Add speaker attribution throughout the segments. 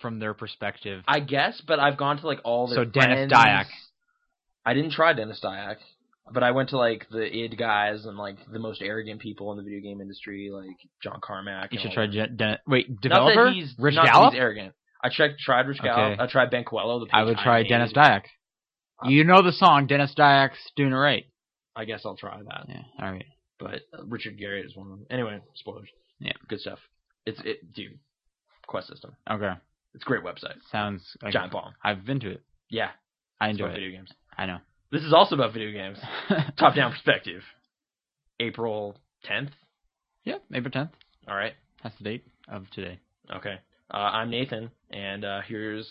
Speaker 1: perspective.
Speaker 2: I guess, but I've gone to like all the
Speaker 1: So Dennis
Speaker 2: friends.
Speaker 1: Dyack.
Speaker 2: I didn't try Dennis Dyack, but I went to like the id guys and like the most arrogant people in the video game industry, like John Carmack.
Speaker 1: You
Speaker 2: and
Speaker 1: should
Speaker 2: all
Speaker 1: try
Speaker 2: that.
Speaker 1: Gen- Den- wait
Speaker 2: Not that
Speaker 1: developer
Speaker 2: he's-
Speaker 1: Rich
Speaker 2: not that
Speaker 1: Gallup.
Speaker 2: he's arrogant. I checked, tried Rich Gallup.
Speaker 1: Okay.
Speaker 2: I tried Banquello. The
Speaker 1: I would
Speaker 2: page
Speaker 1: try
Speaker 2: hated.
Speaker 1: Dennis Dyack.
Speaker 2: uh,
Speaker 1: You know the song Dennis Dyack's doing it right.
Speaker 2: I guess I'll try that.
Speaker 1: Yeah, all right.
Speaker 2: But uh, Richard Garriott is one of them. Anyway, spoilers.
Speaker 1: Yeah.
Speaker 2: good stuff. It's it, dude. Quest system.
Speaker 1: Okay,
Speaker 2: It's a great website.
Speaker 1: sounds like
Speaker 2: Giant bomb.
Speaker 1: I've been to it.
Speaker 2: Yeah,
Speaker 1: I
Speaker 2: it's
Speaker 1: enjoy
Speaker 2: about
Speaker 1: it.
Speaker 2: video games.
Speaker 1: I know.
Speaker 2: This is also about video games. Top down perspective. April tenth.
Speaker 1: Yeah, April tenth.
Speaker 2: All right.
Speaker 1: That's the date of today.
Speaker 2: Okay. Uh, I'm Nathan, and uh, here's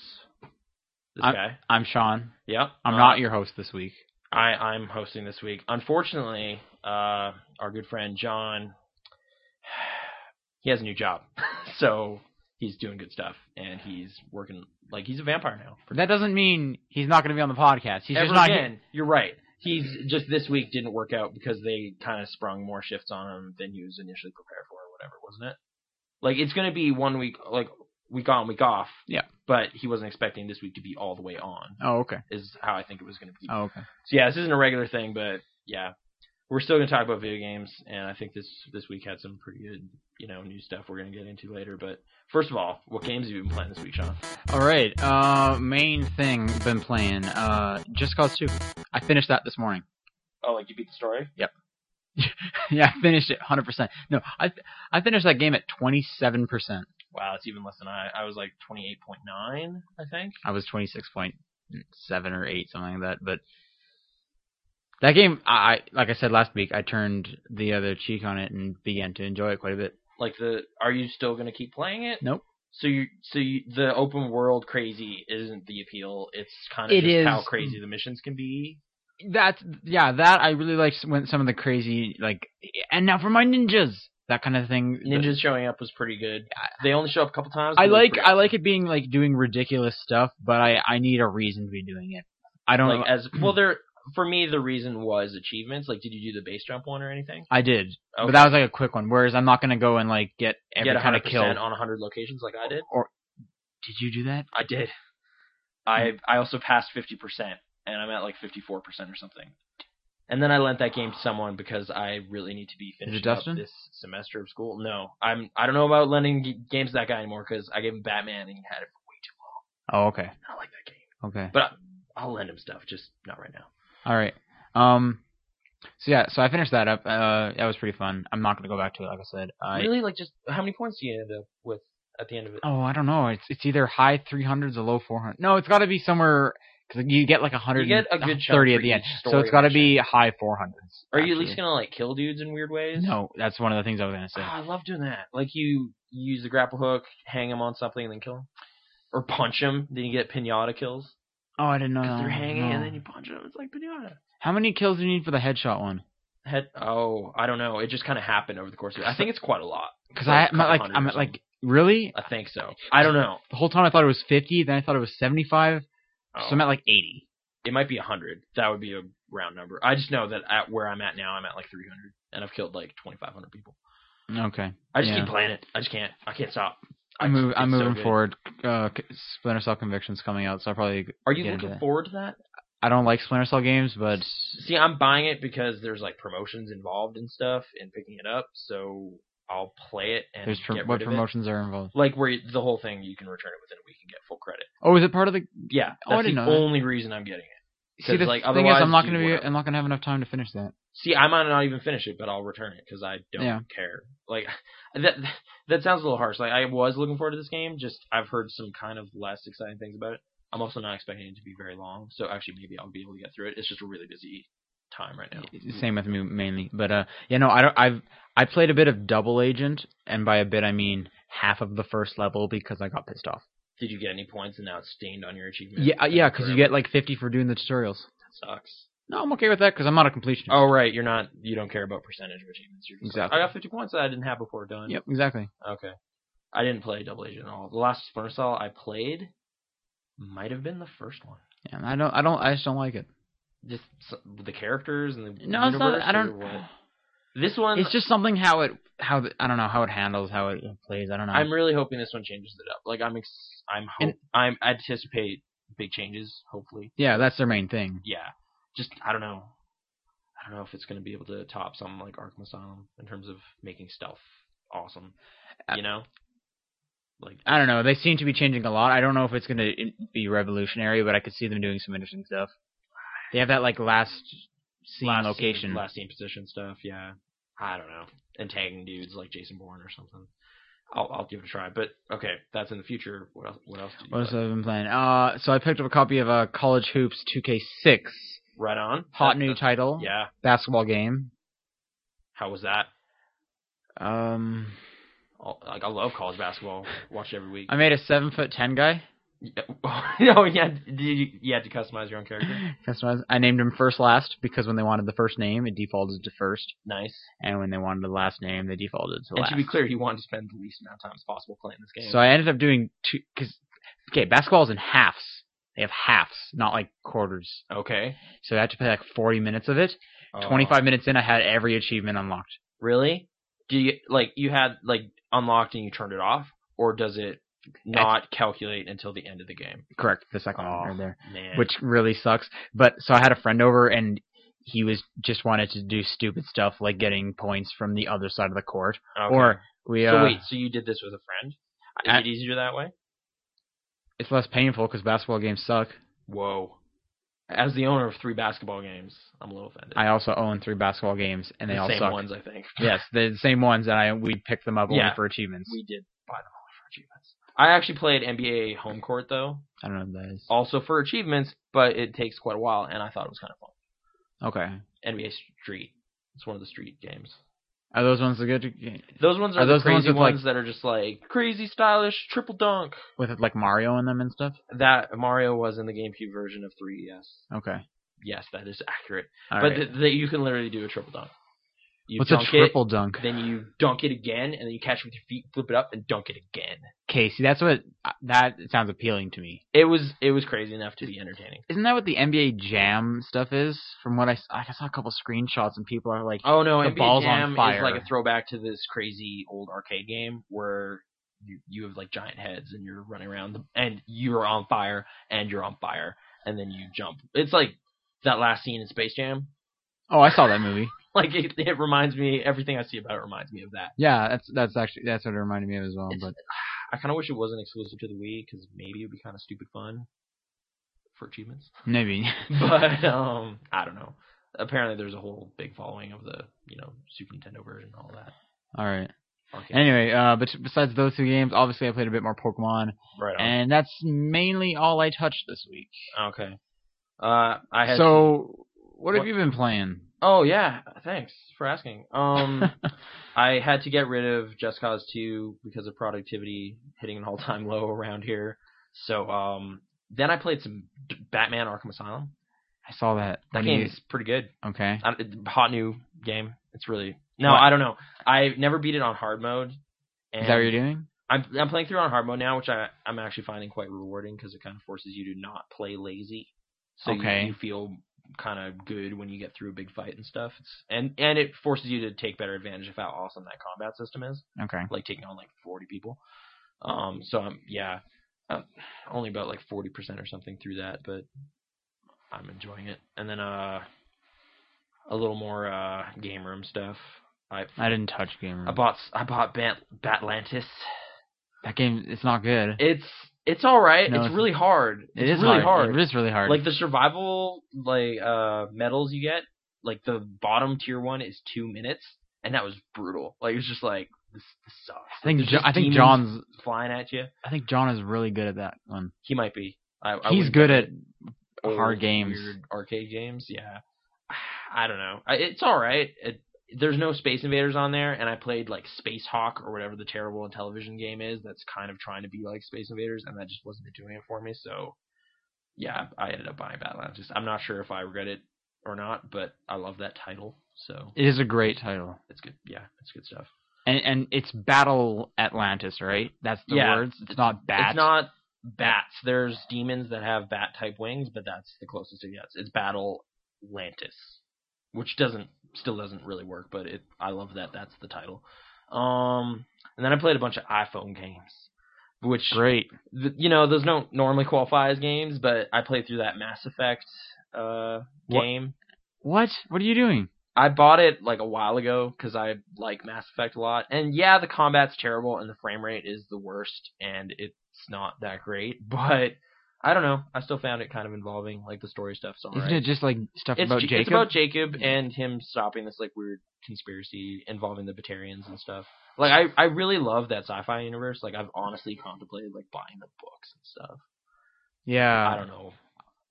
Speaker 2: this
Speaker 1: I'm-
Speaker 2: guy.
Speaker 1: I'm Sean.
Speaker 2: Yep.
Speaker 1: I'm
Speaker 2: Uh,
Speaker 1: not your host this week.
Speaker 2: I, I'm hosting this week. Unfortunately, uh, our good friend John, he has a new job, so he's doing good stuff, and he's working like he's a vampire now.
Speaker 1: That doesn't mean he's not going to be on the podcast. He's
Speaker 2: Ever
Speaker 1: just not.
Speaker 2: again, you're right. He's just this week didn't work out because they kind of sprung more shifts on him than he was initially prepared for, or whatever, wasn't it? Like it's going to be one week, like week on, week off.
Speaker 1: Yeah.
Speaker 2: But he wasn't expecting this week to be all the way on.
Speaker 1: Oh, okay.
Speaker 2: Is how I think it was going to be.
Speaker 1: Oh, okay.
Speaker 2: So yeah, this isn't a regular thing, but yeah, we're still gonna talk about video games, and I think this this week had some pretty good, you know, new stuff we're gonna get into later. But first of all, what games have you been playing this week, Sean?
Speaker 1: All right. Uh, main thing been playing. Uh, Just Cause Two. I finished that this morning.
Speaker 2: Oh, like you beat the story?
Speaker 1: yeah, I finished it 100. percent No, I I finished that game at 27 percent.
Speaker 2: Wow, it's even less than I. I was like twenty eight point nine, I think.
Speaker 1: I was 26.7 or 8, something like that. But that game, I, I like I said last week, I turned the other cheek on it and began to enjoy it quite a bit.
Speaker 2: Like the, are you still gonna keep playing it?
Speaker 1: Nope.
Speaker 2: So you, so you, the open world crazy isn't the appeal. It's kind of
Speaker 1: It
Speaker 2: just how
Speaker 1: is-
Speaker 2: crazy the missions can be.
Speaker 1: That's yeah, that I really liked when some of the crazy like, and now for my ninjas, that kind of thing.
Speaker 2: Ninjas showing up was pretty good. They only show up a couple times.
Speaker 1: Mm-hmm.
Speaker 2: but
Speaker 1: I
Speaker 2: it was
Speaker 1: like
Speaker 2: pretty
Speaker 1: I like it being like doing ridiculous stuff, but I I need a reason to be doing it. I don't.
Speaker 2: like as well there for me the reason was achievements like did you do the base jump one or anything
Speaker 1: I did,
Speaker 2: Okay.
Speaker 1: but that was like a quick one. Whereas I'm not gonna go and like get every
Speaker 2: Get
Speaker 1: kind of
Speaker 2: 100%
Speaker 1: kill.
Speaker 2: on 100 locations like i did
Speaker 1: Or did you do that?
Speaker 2: i did i i also passed 50% and i'm at like 54% or something and then i lent that game to someone because i really need to be
Speaker 1: it
Speaker 2: finishing up
Speaker 1: Dustin?
Speaker 2: this semester of school no i'm i don't know about lending g- games to that guy anymore because i gave him batman and he had it for way too
Speaker 1: Oh, okay,
Speaker 2: long i don't like that game
Speaker 1: okay,
Speaker 2: but I, i'll lend him stuff just not right now
Speaker 1: all right. Um, so yeah, so I finished that up. Uh, that was pretty fun. I'm not gonna go back to it, like I said. I
Speaker 2: really like just how many points do you end up with at the end of it
Speaker 1: Oh, I don't know. It's it's either high 300s or low 400s. No, it's got to be somewhere because you get like 100.
Speaker 2: You get a good chunk
Speaker 1: thirty at
Speaker 2: for
Speaker 1: the end,
Speaker 2: each
Speaker 1: so
Speaker 2: story
Speaker 1: it's got to
Speaker 2: mission.
Speaker 1: be high 400s.
Speaker 2: Are you at least
Speaker 1: actually.
Speaker 2: gonna like kill dudes in weird ways?
Speaker 1: No, that's one of the things I was gonna say.
Speaker 2: Ah, I love doing that. Like you, you use the grapple hook, hang him on something, and then kill him, or punch him. Then you get pinata kills
Speaker 1: Oh, I didn't know.
Speaker 2: because
Speaker 1: that.
Speaker 2: they're hanging, and
Speaker 1: No.
Speaker 2: then you punch him. It's like pinata.
Speaker 1: How many kills do you need for the headshot one?
Speaker 2: Head. Oh, I don't know. It just kind of happened over the course of. it. I think it's quite a lot.
Speaker 1: Because
Speaker 2: Like
Speaker 1: I
Speaker 2: a
Speaker 1: I'm at, like
Speaker 2: couple hundred
Speaker 1: I'm
Speaker 2: or
Speaker 1: at like really
Speaker 2: I think so. I don't know.
Speaker 1: the whole time I thought it was 50, then I thought it was 75,
Speaker 2: Oh,
Speaker 1: so I'm at like 80.
Speaker 2: it might be hundred. That would be a round number. I just know that at where I'm at now, I'm at like 300, and I've killed like 2,500 people.
Speaker 1: Okay,
Speaker 2: I just
Speaker 1: Yeah.
Speaker 2: keep playing it. I just can't. I can't stop. I
Speaker 1: I'm
Speaker 2: just-
Speaker 1: move, I'm
Speaker 2: it's so
Speaker 1: moving
Speaker 2: good.
Speaker 1: forward. Uh, C- Splinter Cell Convictions coming out, so I probably
Speaker 2: Are you
Speaker 1: get into
Speaker 2: looking
Speaker 1: that.
Speaker 2: forward to that?
Speaker 1: I don't like Splinter Cell games, but
Speaker 2: See, I'm buying it because there's like promotions involved and stuff, and picking it up. So I'll play it and
Speaker 1: there's pro-
Speaker 2: get
Speaker 1: what
Speaker 2: rid of it.
Speaker 1: promotions are involved.
Speaker 2: Like where you- the whole thing, you can return it within a week and get full credit.
Speaker 1: Oh, is it part of the?
Speaker 2: Yeah, that's
Speaker 1: Oh, I didn't
Speaker 2: the
Speaker 1: know that.
Speaker 2: only reason I'm getting it.
Speaker 1: See, the
Speaker 2: like,
Speaker 1: thing is, I'm
Speaker 2: otherwise
Speaker 1: not
Speaker 2: you
Speaker 1: gonna be,
Speaker 2: would've-
Speaker 1: I'm not gonna have enough time to finish that.
Speaker 2: See, I might not even finish it, but I'll return it because I don't
Speaker 1: Yeah.
Speaker 2: care. Like that. That sounds a little harsh. Like I was looking forward to this game. Just I've heard some kind of less exciting things about it. I'm also not expecting it to be very long. So actually, maybe I'll be able to get through it. It's just a really busy time right now.
Speaker 1: Same with me mainly, but uh, yeah, no, I don't. I've I played a bit of Double Agent, and by a bit I mean half of the first level because I got pissed off.
Speaker 2: Did you get any points? And now it's stained on your achievement.
Speaker 1: Yeah, uh, yeah, because you
Speaker 2: Whatever.
Speaker 1: get like 50 for doing the tutorials.
Speaker 2: That sucks.
Speaker 1: No, I'm okay with that because I'm not a completionist.
Speaker 2: Oh right, you're not. You don't care about percentage of achievements. You're just
Speaker 1: Exactly.
Speaker 2: Like, I got 50 points that I didn't have before done.
Speaker 1: yep, exactly.
Speaker 2: Okay. I didn't play Double Agent at all. The last Splinter Cell I played might have been the first one.
Speaker 1: Yeah, I don't, I don't, I just don't like it.
Speaker 2: Just s- the characters and the
Speaker 1: No, it's not.
Speaker 2: universe
Speaker 1: I
Speaker 2: or
Speaker 1: don't.
Speaker 2: what? This one,
Speaker 1: It's just something how it how the, I don't know how it handles how it plays. I don't know.
Speaker 2: I'm really hoping this one changes it up. Like I'm, ex- I'm, ho-
Speaker 1: And-
Speaker 2: I'm I anticipate big changes. Hopefully,
Speaker 1: yeah, that's their main thing.
Speaker 2: yeah. Just I don't know. I don't know if it's going to be able to top something like Arkham Asylum in terms of making stealth awesome. You know, like
Speaker 1: I don't know. They seem to be changing a lot. I don't know if it's going to be revolutionary, but I could see them doing some interesting stuff. They have that like last scene
Speaker 2: last
Speaker 1: location.
Speaker 2: scene, last scene position stuff. Yeah, I don't know, and tagging dudes like Jason Bourne or something. I'll, I'll give it a try, but okay, that's in the future. What else? What else? Did you
Speaker 1: What else
Speaker 2: play?
Speaker 1: have I been playing? Uh, so I picked up a copy of uh, College Hoops 2K6,
Speaker 2: Right on.
Speaker 1: hot
Speaker 2: That-
Speaker 1: new
Speaker 2: that's-
Speaker 1: title,
Speaker 2: Yeah.
Speaker 1: basketball game.
Speaker 2: How was that?
Speaker 1: Um,
Speaker 2: All- Like I love college basketball. Watch it every week.
Speaker 1: I made a seven foot ten guy.
Speaker 2: Yeah. oh yeah, did you, you had to customize your own character.
Speaker 1: Customized. I named him first last because when they wanted the first name, it defaulted to first,
Speaker 2: Nice.
Speaker 1: and when they wanted the last name, they defaulted to
Speaker 2: And
Speaker 1: last.
Speaker 2: to be clear, he wanted to spend the least amount of time as possible playing this game.
Speaker 1: So I ended up doing two because okay, basketball's in halves. They have halves, not like quarters.
Speaker 2: okay.
Speaker 1: So I had to play like 40 minutes of it.
Speaker 2: Uh,
Speaker 1: 25 minutes in, I had every achievement unlocked.
Speaker 2: Really? Do you like you had like unlocked and you turned it off, or does it not calculate until the end of the game?
Speaker 1: Correct, the second
Speaker 2: Oh,
Speaker 1: one right there,
Speaker 2: man.
Speaker 1: which really sucks. But so I had a friend over and. He was just wanted to do stupid stuff like getting points from the other side of the court,
Speaker 2: Okay.
Speaker 1: or we. Uh,
Speaker 2: so wait, so you did this with a friend? Is
Speaker 1: I-
Speaker 2: it easier that way?
Speaker 1: it's less painful because basketball games suck.
Speaker 2: Whoa. As the owner of three basketball games, I'm a little offended.
Speaker 1: I also own three basketball games, and they
Speaker 2: the
Speaker 1: all
Speaker 2: same
Speaker 1: suck.
Speaker 2: ones, I think.
Speaker 1: Yes, they're the same ones that I we picked them up only
Speaker 2: Yeah.
Speaker 1: for achievements.
Speaker 2: We did buy them all for achievements. I actually played NBA Home Court though,
Speaker 1: I don't know what that is.
Speaker 2: also for achievements, but it takes quite a while, and I thought it was kind of fun.
Speaker 1: Okay,
Speaker 2: NBA Street. It's one of the street games.
Speaker 1: are those ones the good
Speaker 2: Those ones are,
Speaker 1: Are those
Speaker 2: the
Speaker 1: the ones
Speaker 2: crazy
Speaker 1: with, like-
Speaker 2: ones that are just like crazy stylish triple dunk.
Speaker 1: with like Mario in them and stuff?
Speaker 2: That Mario was in the GameCube version of 3DS.
Speaker 1: Okay,
Speaker 2: Yes, that is accurate.
Speaker 1: all
Speaker 2: but
Speaker 1: right.
Speaker 2: th- that you can literally do a triple dunk. You
Speaker 1: What's a
Speaker 2: dunk
Speaker 1: triple dunk?
Speaker 2: It, then you dunk it again, and then you catch it with your feet, flip it up, and dunk it again.
Speaker 1: Okay, see that's what uh, that sounds appealing to me.
Speaker 2: It was it was crazy enough to be entertaining.
Speaker 1: Isn't that what the NBA Jam stuff is? From what I s- I saw a couple screenshots and people are like,
Speaker 2: Oh no,
Speaker 1: The
Speaker 2: NBA
Speaker 1: ball's on
Speaker 2: Jam is
Speaker 1: fire.
Speaker 2: like a throwback to this crazy old arcade game where you, you have like giant heads and you're running around the, and you're on fire and you're on fire and then you jump. It's like that last scene in Space Jam.
Speaker 1: oh, I saw that movie.
Speaker 2: Like it, it reminds me everything I see about it reminds me of that.
Speaker 1: Yeah, that's that's actually that's what it reminded me of as well.
Speaker 2: It's-
Speaker 1: But
Speaker 2: I kind of wish it wasn't exclusive to the Wii because maybe it'd be kind of stupid fun for achievements.
Speaker 1: maybe.
Speaker 2: But um, I don't know. Apparently, there's a whole big following of the you know Super Nintendo version and all that.
Speaker 1: all right.
Speaker 2: Arcade.
Speaker 1: Anyway, uh, but besides those two games, obviously I played a bit more Pokemon,
Speaker 2: right. on.
Speaker 1: and that's mainly all I touched this week.
Speaker 2: Okay. Uh, I had some-
Speaker 1: So, what have
Speaker 2: What-
Speaker 1: you been playing?
Speaker 2: oh yeah, thanks for asking. Um, I had to get rid of Just Cause 2 because of productivity hitting an all-time low around here. So um, then I played some D- Batman Arkham Asylum.
Speaker 1: I saw that.
Speaker 2: That
Speaker 1: What do
Speaker 2: game
Speaker 1: you-
Speaker 2: is pretty good.
Speaker 1: okay.
Speaker 2: I, it's a hot new game. It's really no,
Speaker 1: What?
Speaker 2: I don't know. I never beat it on hard mode. And
Speaker 1: Is that what you're doing?
Speaker 2: I'm I'm playing through on hard mode now, which I I'm actually finding quite rewarding because it kind of forces you to not play lazy. So you-
Speaker 1: Okay.
Speaker 2: you, feel kind of good when you get through a big fight and stuff. It's, and and it forces you to take better advantage of how awesome that combat system is,
Speaker 1: Okay.
Speaker 2: like taking on like 40 people. Um. So I'm yeah, i only about like 40 percent or something through that, but I'm enjoying it. And then uh, a little more uh game room stuff. I
Speaker 1: I didn't touch Game Room.
Speaker 2: I bought I bought Bat Batlantis.
Speaker 1: that game, it's not good.
Speaker 2: It's it's all right.
Speaker 1: No,
Speaker 2: it's,
Speaker 1: it's-
Speaker 2: really hard. It's
Speaker 1: It is
Speaker 2: really hard.
Speaker 1: It is really hard.
Speaker 2: Like the survival like uh medals you get, like the bottom tier one is two minutes, and that was brutal. Like it was just like this, this sucks.
Speaker 1: I think
Speaker 2: There's
Speaker 1: jo-
Speaker 2: just
Speaker 1: I think
Speaker 2: demons
Speaker 1: John's
Speaker 2: flying at you.
Speaker 1: I think John is really good at that one.
Speaker 2: He might be. I, I
Speaker 1: He's
Speaker 2: wouldn't
Speaker 1: good
Speaker 2: bet
Speaker 1: at
Speaker 2: old,
Speaker 1: hard games.
Speaker 2: weird arcade games. Yeah, I don't know. I, it's all right. It, there's no Space Invaders on there, and I played like Space Hawk or whatever the terrible television game is that's kind of trying to be like Space Invaders, and that just wasn't doing it for me. So, yeah, I ended up buying Badlands. Just I'm not sure if I regret it or not, but I love that title, so
Speaker 1: It is a great title,
Speaker 2: it's good. Yeah, it's good stuff.
Speaker 1: and and it's Battle Atlantis, right? That's the
Speaker 2: Yeah,
Speaker 1: words. It's, not bad.
Speaker 2: It's not bats. There's demons that have bat type wings, but that's the closest it gets. It's Battle Lantis, which doesn't still doesn't really work, but it I love that that's the title. Um, and then I played a bunch of iPhone games, which
Speaker 1: Great.
Speaker 2: th- you know those don't normally qualify as games, but I played through that Mass Effect uh
Speaker 1: What?
Speaker 2: game.
Speaker 1: What? What are you doing?
Speaker 2: I bought it like a while ago because I like Mass Effect a lot, and yeah, the combat's terrible and the frame rate is the worst, and it's not that great. But I don't know, I still found it kind of involving. Like the story stuff's alright.
Speaker 1: Isn't it just like stuff
Speaker 2: It's
Speaker 1: about
Speaker 2: J-
Speaker 1: Jacob?
Speaker 2: It's about Jacob
Speaker 1: Yeah.
Speaker 2: and him stopping this like weird conspiracy involving the Batarians and stuff. Like I, I really love that sci-fi universe. Like I've honestly contemplated like buying the books and stuff.
Speaker 1: yeah.
Speaker 2: I don't know.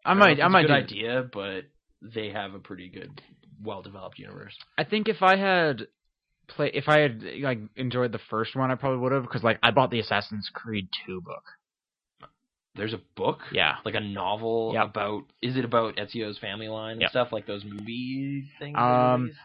Speaker 1: Uh, I might. I
Speaker 2: don't know
Speaker 1: might.
Speaker 2: if
Speaker 1: do-
Speaker 2: it's a good idea, but they have a pretty good, well-developed universe.
Speaker 1: I think if I had play, if I had like enjoyed the first one, I probably would have because like I bought the Assassin's Creed two book.
Speaker 2: There's a book,
Speaker 1: Yeah.
Speaker 2: like a novel
Speaker 1: Yep.
Speaker 2: about. Is it about Ezio's family line and
Speaker 1: Yep.
Speaker 2: stuff like those movie things? they
Speaker 1: Um,
Speaker 2: released?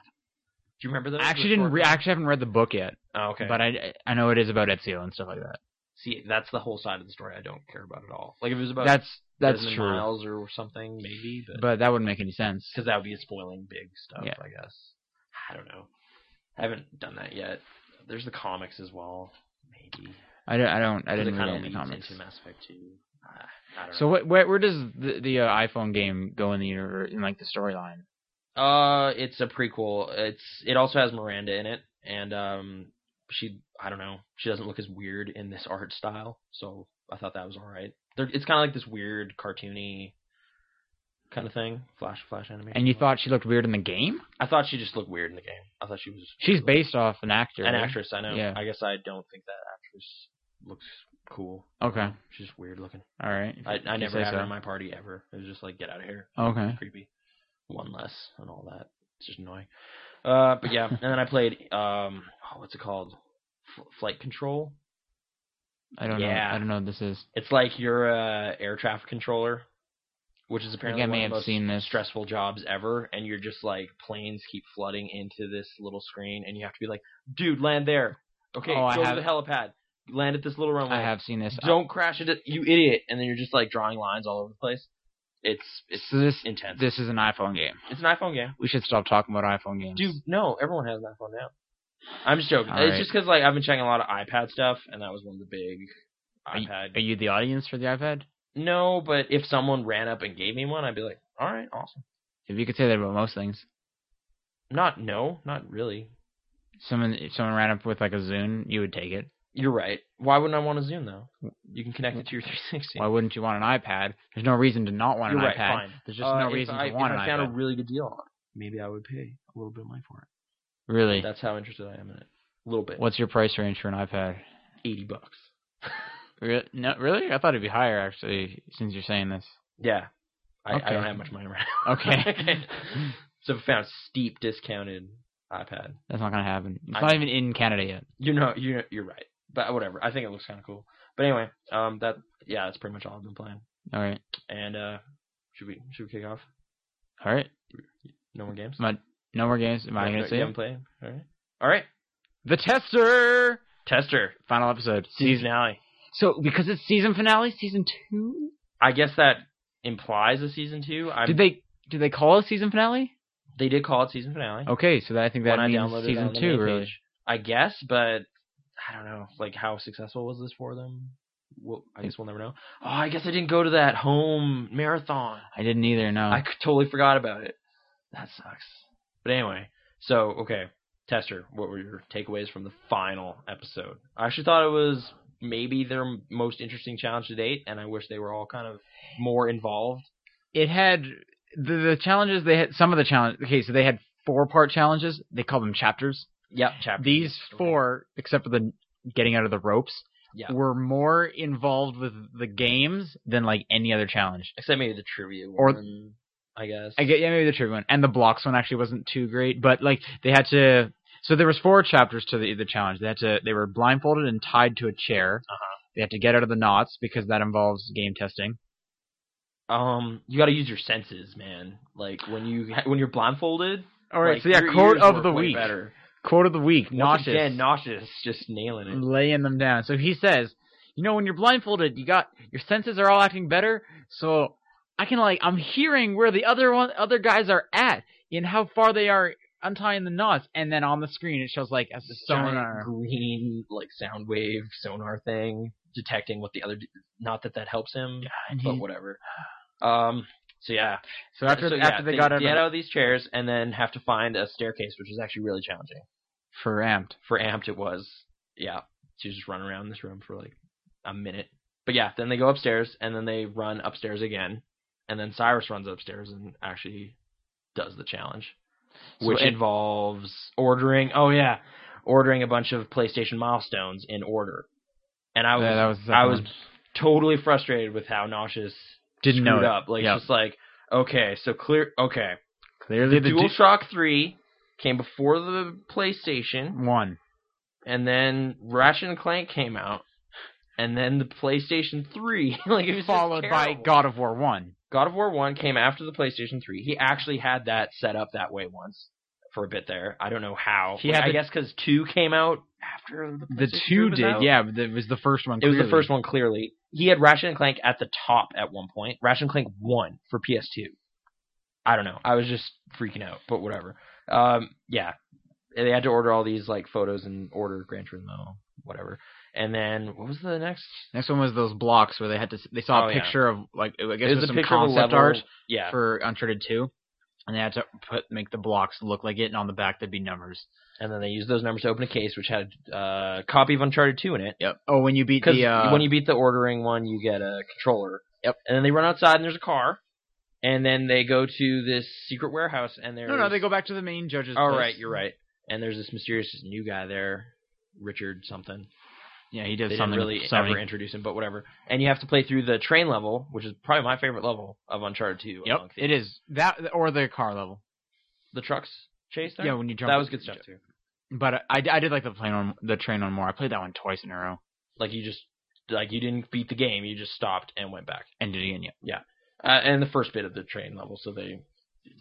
Speaker 2: do you remember those?
Speaker 1: I actually
Speaker 2: The
Speaker 1: didn't.
Speaker 2: short
Speaker 1: Re- I
Speaker 2: films?
Speaker 1: actually haven't read the book yet,
Speaker 2: Oh, okay.
Speaker 1: but I I know it is about Ezio and stuff like that.
Speaker 2: See, that's the whole side of the story I don't care about at all. Like if it was about
Speaker 1: That's that's
Speaker 2: Desmond
Speaker 1: true,
Speaker 2: Miles or something, maybe, but
Speaker 1: but that wouldn't make any sense.
Speaker 2: because that would be spoiling big stuff,
Speaker 1: Yeah.
Speaker 2: I guess. I don't know. I haven't done that yet. There's the comics as well, maybe.
Speaker 1: I don't. I, don't, I didn't read
Speaker 2: kind
Speaker 1: any of the comics.
Speaker 2: into Mass Effect 2. Ah, I don't
Speaker 1: So
Speaker 2: know.
Speaker 1: what, where, where does the, the uh, iPhone game go in the universe in like the storyline?
Speaker 2: Uh, it's a prequel. It's it also has Miranda in it, and um, she I don't know. She doesn't look as weird in this art style, so I thought that was all right. There, it's kind of like this weird cartoony kind of thing, flash flash animation.
Speaker 1: And you thought she looked weird in the game?
Speaker 2: I thought she just looked weird in the game. I thought she was.
Speaker 1: She's based off an actor.
Speaker 2: An
Speaker 1: right?
Speaker 2: actress, I know.
Speaker 1: Yeah.
Speaker 2: I guess I don't think that actress looks cool.
Speaker 1: Okay.
Speaker 2: She's just weird looking.
Speaker 1: All right.
Speaker 2: I, I
Speaker 1: You
Speaker 2: never
Speaker 1: say
Speaker 2: had her
Speaker 1: so.
Speaker 2: in my party ever. It was just like get out of here.
Speaker 1: Okay.
Speaker 2: Creepy. One less and all that. It's just annoying. Uh, but yeah, and then I played um, oh, what's it called? F- flight control.
Speaker 1: I don't
Speaker 2: Yeah.
Speaker 1: know. I don't know what this is.
Speaker 2: It's like you're a air traffic controller, which is apparently
Speaker 1: I may
Speaker 2: one of
Speaker 1: have
Speaker 2: the most
Speaker 1: seen this.
Speaker 2: stressful jobs ever. And you're just like planes keep flooding into this little screen, and you have to be like, "Dude, land there." Okay,
Speaker 1: Oh, I
Speaker 2: go
Speaker 1: have-
Speaker 2: to the helipad. Land at this little runway.
Speaker 1: I have seen this.
Speaker 2: Don't crash it, you idiot! And then you're just like drawing lines all over the place. It's it's
Speaker 1: Uh, so this
Speaker 2: intense.
Speaker 1: this is an iPhone game.
Speaker 2: It's an iPhone game.
Speaker 1: We should stop talking about iPhone games.
Speaker 2: Dude, no, everyone has an iPhone now. I'm just joking.
Speaker 1: All
Speaker 2: it's
Speaker 1: right.
Speaker 2: just because like I've been checking a lot of iPad stuff, and that was one of the big iPad.
Speaker 1: Are you the audience for the iPad?
Speaker 2: no, but if someone ran up and gave me one, I'd be like, all right, awesome.
Speaker 1: If you could say that about most things.
Speaker 2: Not no, not really.
Speaker 1: Someone if someone ran up with like a Zune, you would take it.
Speaker 2: You're right. Why wouldn't I want to Zoom though? You can connect it to your 360.
Speaker 1: Why wouldn't you want an iPad? There's no reason to not want
Speaker 2: You're
Speaker 1: an
Speaker 2: right.
Speaker 1: iPad.
Speaker 2: Fine.
Speaker 1: There's just
Speaker 2: Uh,
Speaker 1: no
Speaker 2: if
Speaker 1: reason
Speaker 2: I,
Speaker 1: to want
Speaker 2: if
Speaker 1: an
Speaker 2: I found
Speaker 1: iPad.
Speaker 2: a really good deal on it, maybe I would pay a little bit of money for it.
Speaker 1: really?
Speaker 2: That's how interested I am in it. A little bit.
Speaker 1: What's your price range for an iPad?
Speaker 2: 80 bucks.
Speaker 1: Re- no, really? I thought it'd be higher actually. Since you're saying this.
Speaker 2: Yeah. I, I
Speaker 1: Okay.
Speaker 2: don't have much money right now.
Speaker 1: Okay.
Speaker 2: So I found a steep discounted iPad.
Speaker 1: That's not gonna happen. It's
Speaker 2: I-
Speaker 1: not even in Canada yet.
Speaker 2: You know, you you're right. But whatever. I think it looks kind of cool. But anyway, um, that yeah, that's pretty much all I've been playing.
Speaker 1: All right.
Speaker 2: And uh, should we should we kick off?
Speaker 1: All right.
Speaker 2: No more games.
Speaker 1: My- No more games. Am I
Speaker 2: You
Speaker 1: gonna
Speaker 2: haven't-
Speaker 1: say
Speaker 2: you
Speaker 1: it?
Speaker 2: haven't played? All right. All right.
Speaker 1: The Tester
Speaker 2: Tester
Speaker 1: final episode season.
Speaker 2: seasonality.
Speaker 1: So because it's season finale, season two.
Speaker 2: I guess that implies a season two. I'm,
Speaker 1: Did they did they call it season finale?
Speaker 2: they did call it season finale.
Speaker 1: Okay, so that, I think that
Speaker 2: when I
Speaker 1: means
Speaker 2: downloaded it
Speaker 1: season
Speaker 2: on the
Speaker 1: two,
Speaker 2: main
Speaker 1: really.
Speaker 2: page. I guess, but I don't know. Like, how successful was this for them? Well, I guess we'll never know. Oh, I guess I didn't go to that home marathon.
Speaker 1: I didn't either. No,
Speaker 2: I c- totally forgot about it. That sucks. But anyway, so okay, Tester, what were your takeaways from the final episode? I actually thought it was maybe their m- most interesting challenge to date, and I wish they were all kind of more involved.
Speaker 1: it had the, the challenges. They had some of the challenge. Okay, so they had four part challenges. They called them chapters.
Speaker 2: Yep, chapter.
Speaker 1: These
Speaker 2: story.
Speaker 1: four, except for the getting out of the ropes,
Speaker 2: Yeah.
Speaker 1: were more involved with the games than like any other challenge.
Speaker 2: except maybe the trivia
Speaker 1: Or-
Speaker 2: one, I guess.
Speaker 1: I get yeah, maybe the trivia one and the blocks one actually wasn't too great, but like they had to. So there was four chapters to the, the challenge. They had to they were blindfolded and tied to a chair.
Speaker 2: Uh-huh.
Speaker 1: They had to get out of the knots because that involves game testing.
Speaker 2: Um, you got to use your senses, man. Like when you when you're blindfolded.
Speaker 1: All right,
Speaker 2: like,
Speaker 1: so yeah,
Speaker 2: your
Speaker 1: quote
Speaker 2: ears
Speaker 1: of
Speaker 2: work
Speaker 1: the
Speaker 2: way
Speaker 1: week.
Speaker 2: Better.
Speaker 1: Quote of the week.
Speaker 2: Once
Speaker 1: Nauseous.
Speaker 2: Again, nauseous, just nailing it.
Speaker 1: laying them down. So he says, you know, when you're blindfolded, you got your senses are all acting better. So I can like I'm hearing where the other one other guys are at and how far they are untying the knots, and then on the screen it shows like a
Speaker 2: sonar
Speaker 1: sonar.
Speaker 2: green like sound wave sonar thing detecting what the other. Not that that helps him,
Speaker 1: And
Speaker 2: but
Speaker 1: he-
Speaker 2: whatever. Um. So yeah.
Speaker 1: so after
Speaker 2: So, yeah,
Speaker 1: after they, got out
Speaker 2: get
Speaker 1: of
Speaker 2: out of these chairs and then have to find a staircase, which is actually really challenging.
Speaker 1: for amped,
Speaker 2: For Amped, it was yeah. She's just running around this room for like a minute. But yeah, then they go upstairs and then they run upstairs again, and then Cyrus runs upstairs and actually does the challenge,
Speaker 1: So
Speaker 2: which
Speaker 1: it-
Speaker 2: involves ordering. Oh yeah, ordering a bunch of PlayStation milestones in order. And I was
Speaker 1: Yeah, that was the
Speaker 2: I
Speaker 1: second
Speaker 2: was
Speaker 1: one.
Speaker 2: totally frustrated with how nauseous
Speaker 1: didn't know
Speaker 2: screwed
Speaker 1: it.
Speaker 2: up. Like
Speaker 1: Yeah.
Speaker 2: it's just like okay, so clear. Okay,
Speaker 1: Clearly
Speaker 2: the
Speaker 1: the, du-
Speaker 2: DualShock 3 came before the PlayStation,
Speaker 1: one.
Speaker 2: and then Ratchet and Clank came out, and then the PlayStation 3. like it was just
Speaker 1: followed by
Speaker 2: terrible.
Speaker 1: God of War One.
Speaker 2: God of War 1 came after the PlayStation 3. He actually had that set up that way once for a bit there. I don't know how.
Speaker 1: He
Speaker 2: Like,
Speaker 1: had
Speaker 2: I
Speaker 1: the-
Speaker 2: guess because 2 came out after the
Speaker 1: The
Speaker 2: PlayStation
Speaker 1: two
Speaker 2: was
Speaker 1: did,
Speaker 2: out.
Speaker 1: yeah, but it was the first one.
Speaker 2: It was the first one, clearly. He had Ratchet and Clank at the top at one point. Ratchet and Clank 1 for PS2. I don't know. I was just freaking out, but whatever. Um, yeah. And They had to order all these, like, photos in order, Gran Turismo, whatever. And then, what was the next?
Speaker 1: Next one was those blocks where they had to. They saw
Speaker 2: Oh,
Speaker 1: a
Speaker 2: yeah.
Speaker 1: picture of like I guess
Speaker 2: It was
Speaker 1: it was
Speaker 2: a
Speaker 1: some
Speaker 2: picture of a
Speaker 1: concept
Speaker 2: level-
Speaker 1: art
Speaker 2: Yeah.
Speaker 1: for Uncharted Two, and they had to put make the blocks look like it, and on the back there'd be numbers.
Speaker 2: And then they used those numbers to open a case, which had uh, a copy of Uncharted 2 in it.
Speaker 1: Yep. Oh, when you beat
Speaker 2: Because
Speaker 1: the uh,
Speaker 2: when you beat the ordering one, you get a controller.
Speaker 1: Yep.
Speaker 2: And then they run outside, and there's a car. And then they go to this secret warehouse, and there's
Speaker 1: no no they go back to the main judges.
Speaker 2: All
Speaker 1: place.
Speaker 2: Oh, right, you're right. And there's this mysterious new guy there, Richard something.
Speaker 1: Yeah, he
Speaker 2: They
Speaker 1: did
Speaker 2: didn't
Speaker 1: something.
Speaker 2: really
Speaker 1: Sony.
Speaker 2: ever introduce him, but whatever. And you have to play through the train level, which is probably my favorite level of Uncharted 2.
Speaker 1: Yep,
Speaker 2: among the-
Speaker 1: it is that or the car level.
Speaker 2: The trucks chase there?
Speaker 1: Yeah, when you jump.
Speaker 2: that was good stuff, too.
Speaker 1: But I, I did like the plane on the train on more. I played that one twice in a row
Speaker 2: Like, you just, like, you didn't beat the game. You just stopped and went back.
Speaker 1: and did it again. Yeah,
Speaker 2: Uh, and the first bit of the train level, so they,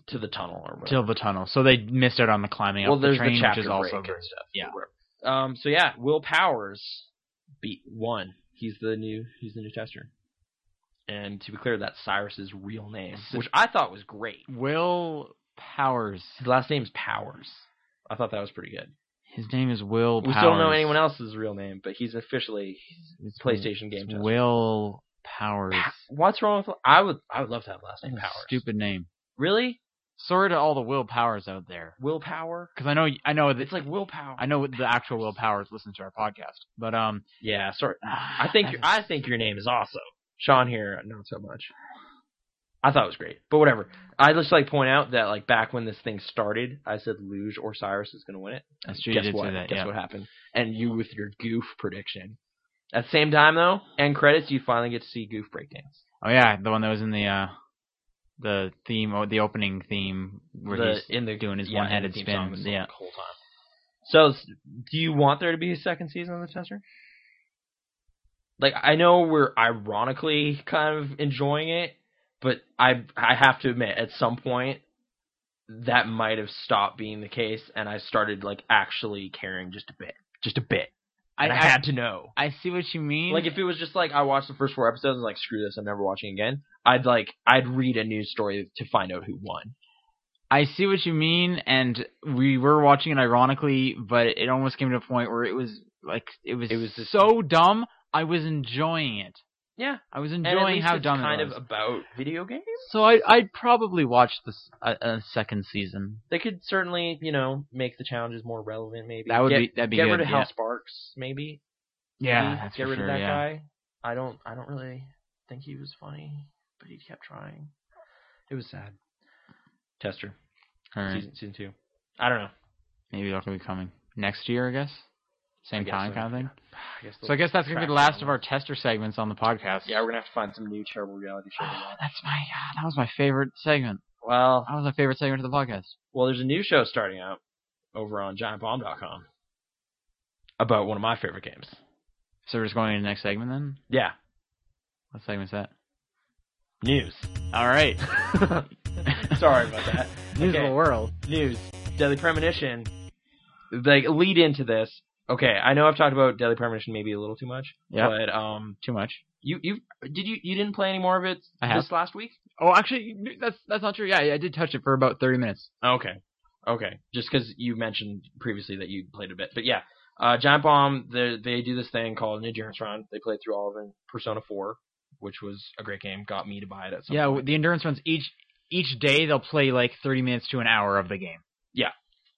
Speaker 2: to the tunnel or whatever.
Speaker 1: till the tunnel. So they missed out on the climbing
Speaker 2: well,
Speaker 1: up the
Speaker 2: there's
Speaker 1: train,
Speaker 2: the chapter
Speaker 1: which is also
Speaker 2: break
Speaker 1: good.
Speaker 2: and stuff.
Speaker 1: yeah.
Speaker 2: whatever. Um. So yeah, Will Powers beat one. He's the new. He's the new tester. And to be clear, that's Cyrus's real name,
Speaker 1: Yes.
Speaker 2: which I thought was great.
Speaker 1: Will Powers.
Speaker 2: His last name's Powers. I thought that was pretty good.
Speaker 1: His name is Will.
Speaker 2: we
Speaker 1: Powers.
Speaker 2: still don't know anyone else's real name, but he's officially
Speaker 1: It's
Speaker 2: PlayStation game
Speaker 1: it's
Speaker 2: tester.
Speaker 1: Will Powers.
Speaker 2: Pa- What's wrong with? I would. I would love to have last name
Speaker 1: That's a
Speaker 2: Powers.
Speaker 1: Stupid name.
Speaker 2: Really?
Speaker 1: Sorry to all the Will Powers out there,
Speaker 2: Willpower.
Speaker 1: because I know I know that
Speaker 2: It's like willpower.
Speaker 1: I know the actual Will Powers listens to our podcast, but um,
Speaker 2: Yeah. Sorry. I think your- I think your name is awesome. Sean here, uh, not so much. I thought it was great, but whatever. I just like point out that like back when this thing started, I said Luge or Cyrus is going to win it.
Speaker 1: That's true, you
Speaker 2: Guess
Speaker 1: did say
Speaker 2: what?
Speaker 1: that,
Speaker 2: Guess
Speaker 1: yeah.
Speaker 2: what happened? And you with your goof prediction. At the same time though, end credits, you finally get to see goof breakdance.
Speaker 1: Oh yeah, the one that was in the uh, the theme or the opening theme where
Speaker 2: The-
Speaker 1: he's
Speaker 2: in the
Speaker 1: doing his
Speaker 2: yeah,
Speaker 1: one-handed
Speaker 2: and the theme
Speaker 1: spin,
Speaker 2: song was, like,
Speaker 1: yeah.
Speaker 2: the whole time. So, s- do you want there to be a second season of the Tester? Like, I know we're ironically kind of enjoying it, but I I have to admit, at some point, that might have stopped being the case, and I started like actually caring just a bit, just a bit.
Speaker 1: I,
Speaker 2: And I,
Speaker 1: I
Speaker 2: had to know.
Speaker 1: I see what you mean.
Speaker 2: Like, if it was just like I watched the first four episodes and like screw this, I'm never watching again. I'd like I'd read a news story to find out who won.
Speaker 1: I see what you mean, and we were watching it ironically, but it almost came to a point where it was like it was
Speaker 2: It was just-
Speaker 1: so dumb. I was enjoying it.
Speaker 2: Yeah.
Speaker 1: I was
Speaker 2: and at
Speaker 1: enjoying
Speaker 2: least
Speaker 1: how
Speaker 2: it's
Speaker 1: dumb
Speaker 2: kind
Speaker 1: it was.
Speaker 2: of about video games.
Speaker 1: so I I'd probably watch this a a second season.
Speaker 2: They could certainly, you know, make the challenges more relevant. Maybe
Speaker 1: That would
Speaker 2: get,
Speaker 1: be that'd be
Speaker 2: get
Speaker 1: good.
Speaker 2: rid of
Speaker 1: yeah,
Speaker 2: Hal Sparks. Maybe
Speaker 1: yeah,
Speaker 2: Maybe
Speaker 1: that's
Speaker 2: get
Speaker 1: for
Speaker 2: rid
Speaker 1: sure,
Speaker 2: of that
Speaker 1: yeah.
Speaker 2: guy. I don't. I don't really think he was funny, but he kept trying. It was sad. Tester
Speaker 1: All right,
Speaker 2: season season two. I don't know.
Speaker 1: maybe that'll be coming next year, I guess.
Speaker 2: I
Speaker 1: Same
Speaker 2: guess
Speaker 1: time,
Speaker 2: so.
Speaker 1: kind of thing.
Speaker 2: I guess
Speaker 1: So I guess that's gonna be
Speaker 2: track
Speaker 1: the last
Speaker 2: down
Speaker 1: of our tester segments on the podcast.
Speaker 2: yeah, we're gonna have to find some new terrible reality show. to
Speaker 1: Oh,
Speaker 2: watch.
Speaker 1: that's my ah, that was my favorite segment.
Speaker 2: well,
Speaker 1: That was my favorite segment of the podcast.
Speaker 2: well, there's a new show starting out over on GiantBomb.com about one of my favorite games.
Speaker 1: So we're just going into the next segment then.
Speaker 2: Yeah,
Speaker 1: What segment's that?
Speaker 2: news.
Speaker 1: All right.
Speaker 2: Sorry about that.
Speaker 1: News of
Speaker 2: Okay.
Speaker 1: the world.
Speaker 2: news, Deadly Premonition, like lead into this. Okay, I know I've talked about Deadly Premonition maybe a little too much,
Speaker 1: Yeah.
Speaker 2: but um,
Speaker 1: Too much.
Speaker 2: you you did you you didn't play any more of it
Speaker 1: I have.
Speaker 2: this last week?
Speaker 1: Oh, actually, that's that's not true. Yeah, I did touch it for about thirty minutes.
Speaker 2: Okay, Okay, just because you mentioned previously that you played a bit, but yeah, uh, Giant Bomb, they they do this thing called an endurance run. They played through all of them. Persona Four, which was a great game, got me to buy it at some.
Speaker 1: Yeah,
Speaker 2: point.
Speaker 1: the endurance runs each each day they'll play like 30 minutes to an hour of the game.
Speaker 2: Yeah.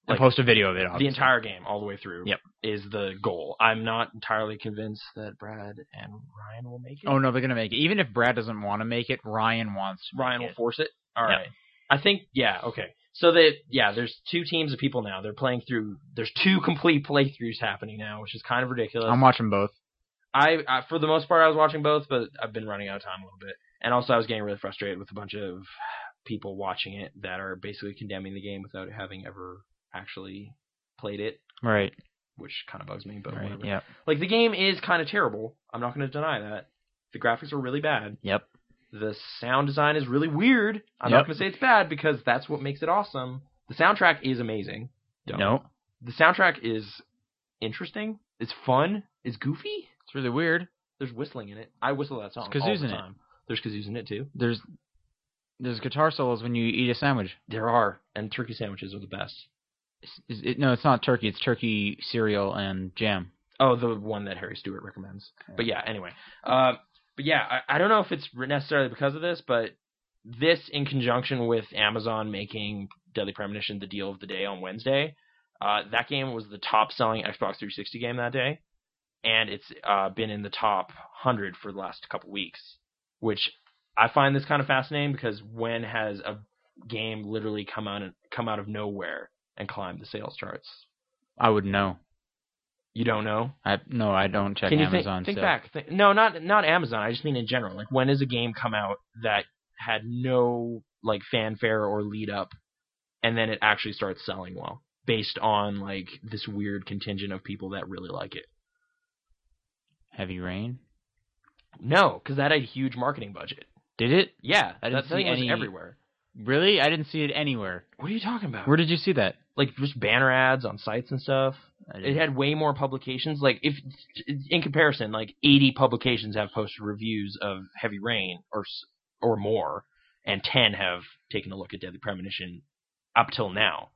Speaker 1: And
Speaker 2: Like,
Speaker 1: post a video of it.
Speaker 2: the
Speaker 1: obviously.
Speaker 2: entire game all the way through.
Speaker 1: Yep.
Speaker 2: is the goal. I'm not entirely convinced that Brad and Ryan will make it.
Speaker 1: Oh no, they're gonna make it. Even if Brad doesn't want to make it, Ryan wants. To
Speaker 2: Ryan
Speaker 1: make
Speaker 2: will
Speaker 1: it.
Speaker 2: force it. All
Speaker 1: Yeah.
Speaker 2: right. I think yeah, okay. So that yeah, there's two teams of people now. They're playing through there's two complete playthroughs happening now, which is kind of ridiculous.
Speaker 1: I'm watching both.
Speaker 2: I, I for the most part I was watching both, but I've been running out of time a little bit. And also I was getting really frustrated with a bunch of people watching it that are basically condemning the game without having ever actually played it,
Speaker 1: Right.
Speaker 2: which kind of bugs me, but
Speaker 1: right.
Speaker 2: whatever.
Speaker 1: Yeah.
Speaker 2: Like the game is kind of terrible. I'm not going to deny that. The graphics are really bad.
Speaker 1: Yep.
Speaker 2: The sound design is really weird. I'm
Speaker 1: Yep.
Speaker 2: not going to say it's bad because that's what makes it awesome. The soundtrack is amazing. Don't.
Speaker 1: No.
Speaker 2: The soundtrack is interesting. It's fun. It's goofy.
Speaker 1: It's really weird.
Speaker 2: There's whistling in it. I whistle that song
Speaker 1: There's
Speaker 2: all
Speaker 1: kazoos
Speaker 2: the
Speaker 1: in it.
Speaker 2: time. There's kazoos in it too.
Speaker 1: There's there's guitar solos when you eat a sandwich.
Speaker 2: There are, and turkey sandwiches are the best.
Speaker 1: It's- it's- it- no, it's not turkey. It's turkey cereal and jam.
Speaker 2: Oh, the one that Harry Stewart recommends.
Speaker 1: Yeah.
Speaker 2: But yeah, anyway. Uh, but yeah, I, I don't know if it's necessarily because of this, but this in conjunction with Amazon making Deadly Premonition the deal of the day on Wednesday, uh, that game was the top selling Xbox 360 game that day, and it's uh, been in the top 100 for the last couple weeks, which I find this kind of fascinating because when has a game literally come out come out of nowhere and climbed the sales charts?
Speaker 1: I would know.
Speaker 2: You don't know.
Speaker 1: I no, I don't check
Speaker 2: Can you
Speaker 1: Amazon.
Speaker 2: think, think
Speaker 1: so-
Speaker 2: back? Think, no, not not Amazon. I just mean in general. Like when does a game come out that had no like fanfare or lead up, and then it actually starts selling well based on like this weird contingent of people that really like it?
Speaker 1: Heavy rain.
Speaker 2: No, because that had a huge marketing budget.
Speaker 1: Did it
Speaker 2: Yeah,
Speaker 1: I didn't
Speaker 2: that thing
Speaker 1: see
Speaker 2: was
Speaker 1: any-
Speaker 2: everywhere.
Speaker 1: really? I didn't see it anywhere.
Speaker 2: What are you talking about?
Speaker 1: Where did you see that?
Speaker 2: like just banner ads on sites and stuff.
Speaker 1: I
Speaker 2: It had way more publications. Like if in comparison, like 80 publications have posted reviews of Heavy Rain or s- or more, and 10 have taken a look at Deadly Premonition up till now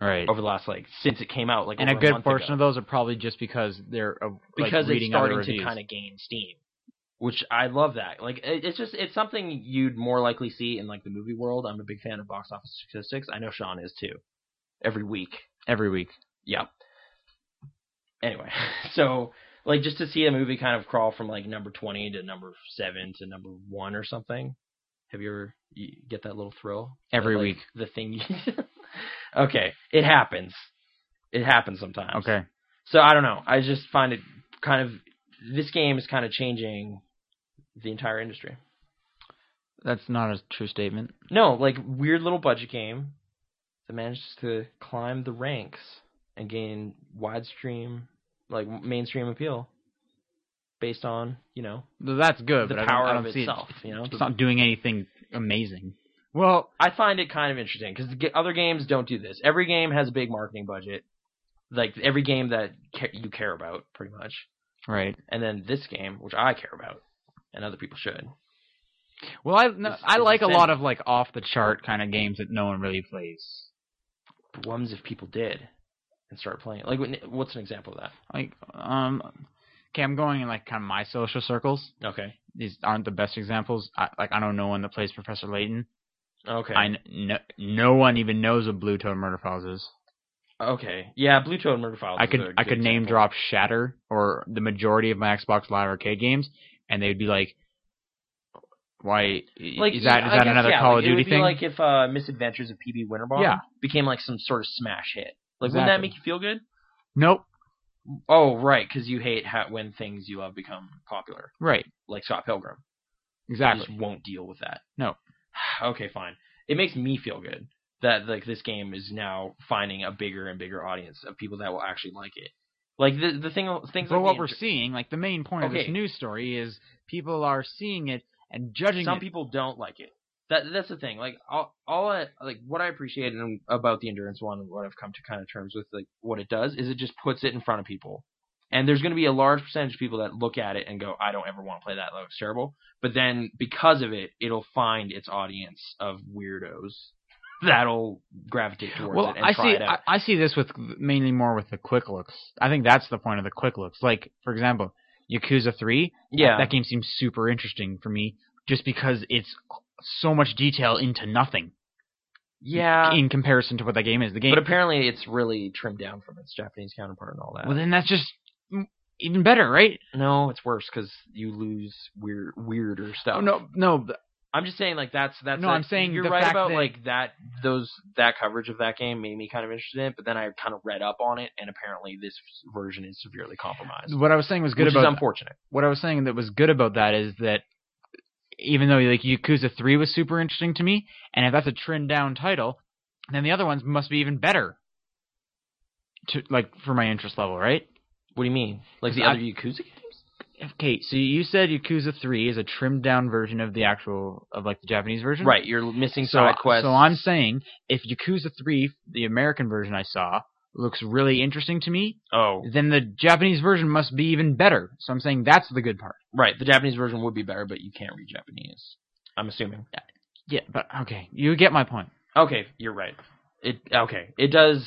Speaker 1: right.
Speaker 2: over the last like since it came out like
Speaker 1: and a
Speaker 2: over
Speaker 1: good
Speaker 2: month ago,
Speaker 1: portion of those are probably just because they're uh, like,
Speaker 2: because it's
Speaker 1: reading
Speaker 2: starting
Speaker 1: other
Speaker 2: to kind of gain steam. Which I love that. Like it- it's just it's something you'd more likely see in like the movie world. I'm a big fan of box office statistics. I know Sean is too. Every week
Speaker 1: every week.
Speaker 2: yeah. Anyway, so like just to see a movie kind of crawl from like number twenty to number seven to number one or something. Have you ever you get that little thrill
Speaker 1: Every
Speaker 2: That, like,
Speaker 1: week.
Speaker 2: The thing. You... okay, it happens. It happens sometimes.
Speaker 1: Okay.
Speaker 2: So I don't know. I just find it kind of this game is kind of changing the entire industry.
Speaker 1: That's not a true statement.
Speaker 2: No, like weird little budget game that manages to climb the ranks and gain wide stream, like mainstream appeal, based on you know
Speaker 1: Th- That's good,
Speaker 2: the
Speaker 1: but
Speaker 2: power
Speaker 1: I don't, I don't
Speaker 2: of
Speaker 1: see
Speaker 2: itself. You know,
Speaker 1: It. It's not doing anything amazing. Well,
Speaker 2: I find it kind of interesting because other games don't do this. Every game has a big marketing budget, like every game that ca- you care about, pretty much.
Speaker 1: right.
Speaker 2: And then this game, which I care about, and other people should.
Speaker 1: Well, I no,
Speaker 2: This
Speaker 1: I
Speaker 2: is
Speaker 1: like a lot
Speaker 2: offending.
Speaker 1: of like off the chart kind of games that no one really plays.
Speaker 2: But what happens if people did and start playing? Like, when- what's an example of that?
Speaker 1: Like, um, okay, I'm going in like kind of my social circles.
Speaker 2: Okay.
Speaker 1: These aren't the best examples. I, like, I don't know one that plays Professor Layton.
Speaker 2: Okay.
Speaker 1: I kn- no, no one even knows what Blue Toad Murder Files is.
Speaker 2: Okay. Yeah, Blue Toad Murder Files.
Speaker 1: I
Speaker 2: Oh, is a
Speaker 1: could I
Speaker 2: good
Speaker 1: could name
Speaker 2: example.
Speaker 1: drop Shatter or the majority of my Xbox Live Arcade games, and they'd be like, "Why
Speaker 2: Like
Speaker 1: is that?
Speaker 2: yeah,
Speaker 1: Is
Speaker 2: I
Speaker 1: that
Speaker 2: guess,
Speaker 1: another
Speaker 2: yeah,
Speaker 1: Call
Speaker 2: like,
Speaker 1: of
Speaker 2: it would
Speaker 1: Duty
Speaker 2: be
Speaker 1: thing?"
Speaker 2: Like if uh, Misadventures of PB Winterbaum
Speaker 1: Yeah.
Speaker 2: became like some sort of smash hit. Like wouldn't that
Speaker 1: Exactly.
Speaker 2: make you feel good?
Speaker 1: nope.
Speaker 2: Oh right, because you hate ha- when things you love become popular,
Speaker 1: Right.
Speaker 2: like Scott Pilgrim.
Speaker 1: Exactly.
Speaker 2: You just won't deal with that.
Speaker 1: No.
Speaker 2: okay, fine. It makes me feel good that like this game is now finding a bigger and bigger audience of people that will actually like it. Like the the thing things
Speaker 1: But
Speaker 2: like
Speaker 1: what
Speaker 2: the
Speaker 1: we're
Speaker 2: inter-
Speaker 1: seeing, like the main point of this
Speaker 2: Okay.
Speaker 1: news story, is people are seeing it and judging
Speaker 2: some
Speaker 1: it.
Speaker 2: people don't like it. That that's the thing. Like all, all I, like what I appreciate in, about the endurance one, and what I've come to kind of terms with, like what it does is it just puts it in front of people. And there's going to be a large percentage of people that look at it and go, "I don't ever want to play that. That looks terrible." But then because of it, it'll find its audience of weirdos that'll gravitate towards
Speaker 1: Well,
Speaker 2: it and
Speaker 1: I
Speaker 2: try
Speaker 1: see.
Speaker 2: it out.
Speaker 1: I, I see this with mainly more with the quick looks. I think that's the point of the quick looks. Like for example, Yakuza Three.
Speaker 2: yeah,
Speaker 1: That game seems super interesting for me, just because it's so much detail into nothing.
Speaker 2: yeah.
Speaker 1: In comparison to what that game is, the game.
Speaker 2: But apparently, it's really trimmed down from its Japanese counterpart and all that.
Speaker 1: well, then that's just mm, even better, right?
Speaker 2: no, it's worse because you lose weird, weirder stuff.
Speaker 1: Oh, no, no. th-
Speaker 2: I'm just saying, like that's that's.
Speaker 1: No,
Speaker 2: that-
Speaker 1: I'm saying
Speaker 2: you're
Speaker 1: the
Speaker 2: right
Speaker 1: fact
Speaker 2: about
Speaker 1: that-
Speaker 2: like that. Those that coverage of that game made me kind of interested in it, but then I kind of read up on it, and apparently this version is severely compromised.
Speaker 1: What I was saying was good
Speaker 2: which is
Speaker 1: about
Speaker 2: unfortunate.
Speaker 1: what I was saying that was good about that is that even though like Yakuza Three was super interesting to me, and if that's a trend down title, then the other ones must be even better. To like for my interest level, right?
Speaker 2: What do you mean? Like the
Speaker 1: I-
Speaker 2: other Yakuza games?
Speaker 1: Okay, so you said Yakuza Three is a trimmed down version of the actual of like the Japanese version,
Speaker 2: Right, you're missing
Speaker 1: Mm-hmm. So,
Speaker 2: side quests.
Speaker 1: so I'm saying if Yakuza Three, the American version I saw, looks really interesting to me,
Speaker 2: oh
Speaker 1: then the Japanese version must be even better. So I'm saying that's the good part.
Speaker 2: right, the Japanese version would be better, but you can't read Japanese. I'm assuming.
Speaker 1: Yeah, but okay, you get my point.
Speaker 2: Okay, you're right. It okay. It does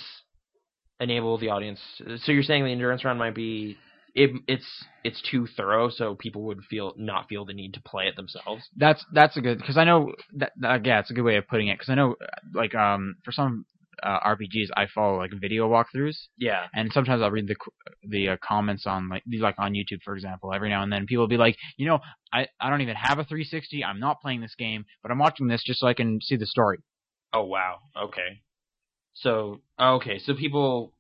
Speaker 2: enable the audience. So you're saying the endurance round might be it, it's it's too thorough, so people would feel not feel the need to play it themselves.
Speaker 1: That's that's a good because I know that, that yeah, it's a good way of putting it because I know like um for some uh, RPGs I follow like video walkthroughs
Speaker 2: Yeah.
Speaker 1: and sometimes I'll read the qu- the uh, comments on like these like on YouTube for example every now and then people will be like you know I I don't even have a 360 I'm not playing this game but I'm watching this just so I can see the story
Speaker 2: Oh wow. Okay. So okay, so people.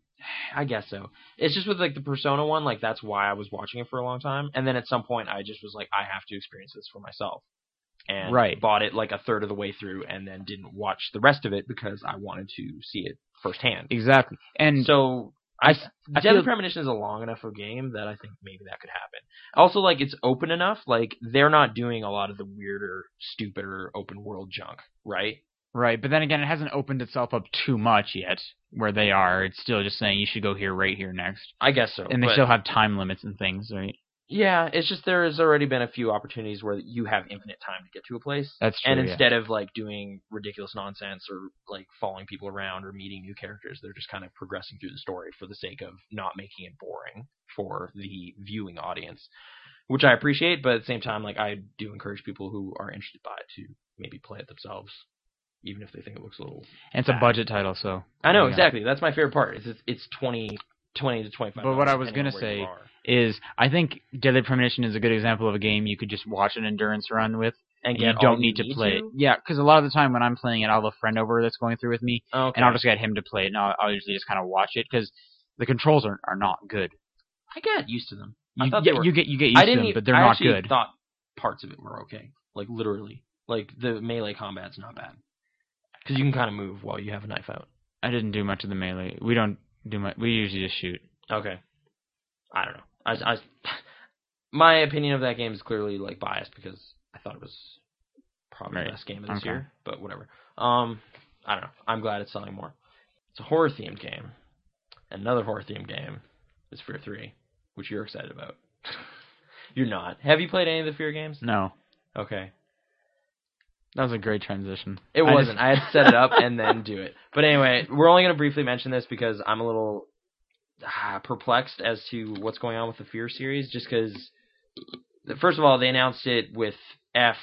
Speaker 2: I guess so. It's just with like the Persona one, like that's why I was watching it for a long time, and then at some point I just was like, I have to experience this for myself, and
Speaker 1: Right.
Speaker 2: bought it like a third of the way through, and then didn't watch the rest of it because I wanted to see it firsthand.
Speaker 1: exactly and
Speaker 2: so
Speaker 1: I-
Speaker 2: I,
Speaker 1: I
Speaker 2: Deadly
Speaker 1: feel-
Speaker 2: Premonition is a long enough a game that I think maybe that could happen. Also, like it's open enough, like they're not doing a lot of the weirder, stupider open world junk, right?
Speaker 1: right but then again it hasn't opened itself up too much yet where they are it's still just saying you should go here right here next
Speaker 2: I guess so.
Speaker 1: and they
Speaker 2: but-
Speaker 1: still have time limits and things right
Speaker 2: yeah, it's just there has already been a few opportunities where you have infinite time to get to a place.
Speaker 1: that's true
Speaker 2: and
Speaker 1: yeah.
Speaker 2: instead of like doing ridiculous nonsense or like following people around or meeting new characters, they're just kind of progressing through the story for the sake of not making it boring for the viewing audience, which I appreciate. But at the same time, like I do encourage people who are interested by it to maybe play it themselves, even if they think it looks a little.
Speaker 1: And it's a
Speaker 2: back.
Speaker 1: budget title, so
Speaker 2: I know
Speaker 1: Yeah.
Speaker 2: exactly. That's my favorite part. Is it's it's twenty. 20 to 25
Speaker 1: But what I was
Speaker 2: depending on
Speaker 1: gonna
Speaker 2: where you
Speaker 1: say-
Speaker 2: are.
Speaker 1: is I think Deadly Premonition is a good example of a game you could just watch an endurance run with.
Speaker 2: and
Speaker 1: And you
Speaker 2: get all
Speaker 1: don't need to play it.
Speaker 2: to?
Speaker 1: Yeah, because a lot of the time when I'm playing it, I'll have a friend over that's going through with me,
Speaker 2: Okay.
Speaker 1: and I'll just get him to play it, and I'll, I'll usually just kind of watch it because the controls are are not good.
Speaker 2: I got used to them. I
Speaker 1: You,
Speaker 2: thought
Speaker 1: yeah,
Speaker 2: they were
Speaker 1: you get you get used
Speaker 2: I
Speaker 1: to
Speaker 2: didn't
Speaker 1: them,
Speaker 2: even,
Speaker 1: but they're
Speaker 2: I
Speaker 1: not
Speaker 2: actually
Speaker 1: good.
Speaker 2: Thought parts of it were okay, like literally, like the melee combat's not bad because you can kind of move while you have a knife out.
Speaker 1: I didn't do much of the melee. We don't do much. We usually just shoot.
Speaker 2: Okay, I don't know. I, I my opinion of that game is clearly like biased because I thought it was probably
Speaker 1: Right.
Speaker 2: the best game of this
Speaker 1: Okay.
Speaker 2: year, but whatever. Um, I don't know. I'm glad it's selling more. It's a horror themed game. Another horror themed game is Fear Three, which you're excited about. you're not. Have you played any of the Fear games?
Speaker 1: No,
Speaker 2: Okay.
Speaker 1: that was a great transition.
Speaker 2: It
Speaker 1: I
Speaker 2: wasn't.
Speaker 1: Just,
Speaker 2: I had to set it up and then do it. But anyway, we're only going to briefly mention this because I'm a little ah, perplexed as to what's going on with the Fear series. Just because, first of all, they announced it with F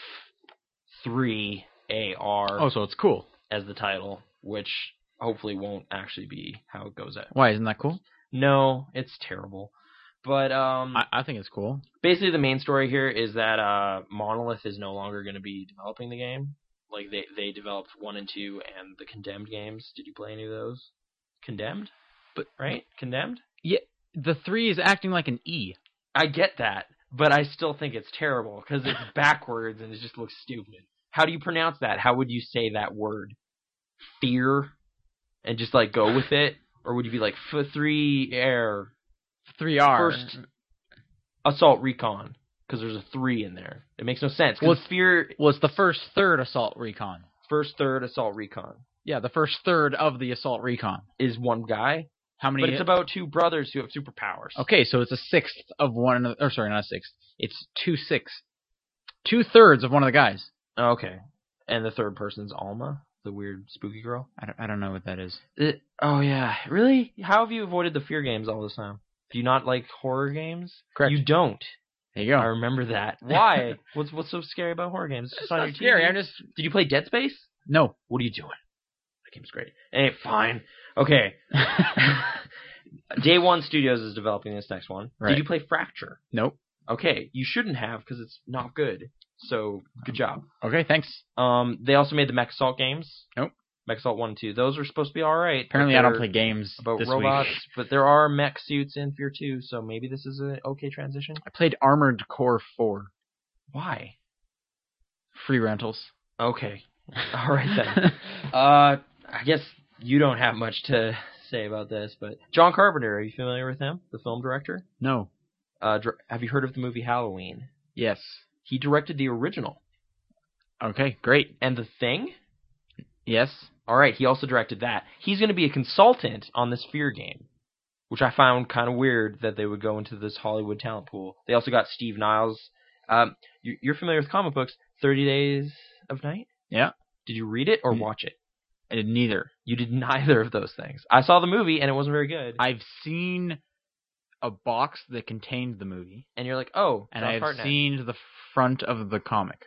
Speaker 2: three A
Speaker 1: oh,
Speaker 2: R
Speaker 1: so it's cool.
Speaker 2: as the title, which hopefully won't actually be how it goes out.
Speaker 1: Why isn't that cool?
Speaker 2: No, it's terrible. But um,
Speaker 1: I, I think it's cool.
Speaker 2: basically the main story here is that uh, Monolith is no longer going to be developing the game. Like they they developed one and two and the Condemned games. Did you play any of those? Condemned, but right, Condemned.
Speaker 1: The three is acting like an E.
Speaker 2: I get that, but I still think it's terrible because it's backwards and it just looks stupid. How do you pronounce that? How would you say that word? Fear, and just like go with it, or would you be like f three air
Speaker 1: Three R.
Speaker 2: First- assault recon? Because there's a three in there. It makes no sense. 'cause
Speaker 1: Well, it's-
Speaker 2: fear
Speaker 1: was the first third assault recon.
Speaker 2: first third assault recon
Speaker 1: Yeah, the first third of the assault recon.
Speaker 2: is one guy,
Speaker 1: How many?
Speaker 2: but it's about two brothers who have superpowers.
Speaker 1: okay, so it's a sixth of one. ano- Or sorry, not a sixth. It's two sixths, two thirds of one of the guys.
Speaker 2: Okay. And the third person's Alma. the weird spooky girl.
Speaker 1: I don't, I don't know what that is.
Speaker 2: It, oh yeah, really? How have you avoided the fear games all this time? Do you not like horror games?
Speaker 1: Correct.
Speaker 2: You don't.
Speaker 1: There you go.
Speaker 2: I remember that. Why? what's what's so scary about horror games? It's just on your TV.
Speaker 1: just
Speaker 2: Did you play Dead Space?
Speaker 1: no.
Speaker 2: What are you doing? That game's great. Hey, fine. Okay. Day One Studios is developing this next one.
Speaker 1: Right.
Speaker 2: Did you play Fracture?
Speaker 1: Nope.
Speaker 2: Okay, you shouldn't have because it's not good. So
Speaker 1: Mm.
Speaker 2: good job.
Speaker 1: Okay, thanks.
Speaker 2: Um, they also made the Mech Assault games.
Speaker 1: Nope.
Speaker 2: Mech Assault One and Two. Those are supposed to be all right. but
Speaker 1: Apparently, I don't
Speaker 2: they're
Speaker 1: play games
Speaker 2: about
Speaker 1: this
Speaker 2: robots,
Speaker 1: week.
Speaker 2: but there are mech suits in Fear Two, so maybe this is an okay transition.
Speaker 1: I played Armored Core 4.
Speaker 2: Why?
Speaker 1: Free rentals.
Speaker 2: Okay. All right then. uh, I guess you don't have much to say about this, but John Carpenter. Are you familiar with him, the film director?
Speaker 1: no.
Speaker 2: Uh, dir- have you heard of the movie Halloween?
Speaker 1: Yes.
Speaker 2: He directed the original
Speaker 1: Okay, great.
Speaker 2: and The Thing.
Speaker 1: Yes.
Speaker 2: All right, he also directed that. He's going to be a consultant on this Fear game, which I found kind of weird that they would go into this Hollywood talent pool. They also got Steve Niles. Um, you- you're familiar with comic books, Thirty Days of Night.
Speaker 1: Yeah.
Speaker 2: Did you read it or
Speaker 1: Mm.
Speaker 2: watch it?
Speaker 1: I did neither.
Speaker 2: You did neither of those things. I saw the movie and it wasn't very good.
Speaker 1: I've seen a box that contained the movie,
Speaker 2: and you're like, oh,
Speaker 1: and
Speaker 2: John
Speaker 1: I've
Speaker 2: Hartnett.
Speaker 1: seen the front of the comic.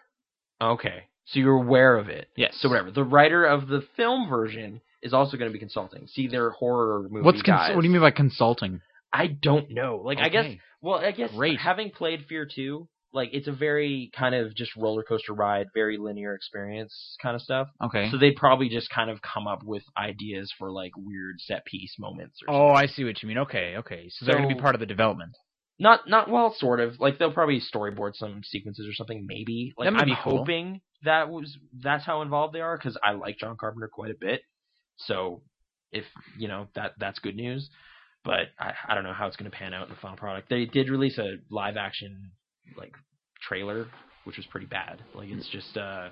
Speaker 2: Okay, so you're aware of it.
Speaker 1: Yes.
Speaker 2: So whatever. The writer of the film version is also going to be consulting. See, they're horror movie
Speaker 1: What's
Speaker 2: guys.
Speaker 1: cons- what do you mean by consulting?
Speaker 2: I don't know. Like, I guess
Speaker 1: Okay.
Speaker 2: Well, I guess
Speaker 1: Great.
Speaker 2: having played Fear 2, like it's a very kind of just roller coaster ride, very linear experience kind of stuff.
Speaker 1: Okay.
Speaker 2: So they'd probably just kind of come up with ideas for like weird set piece moments or
Speaker 1: oh,
Speaker 2: something.
Speaker 1: I see what you mean. Okay, okay. So, they're going to be
Speaker 2: So-
Speaker 1: part of the development.
Speaker 2: Not not well, sort of. Like they'll probably storyboard some sequences or something maybe. Like
Speaker 1: That might
Speaker 2: I'm
Speaker 1: be cool.
Speaker 2: hoping that was that's how involved they are cuz I like John Carpenter quite a bit. So if, you know, that that's good news. But I, I don't know how it's going to pan out in the final product. They did release a live action like trailer, which was pretty bad. Like
Speaker 1: Mm.
Speaker 2: it's just uh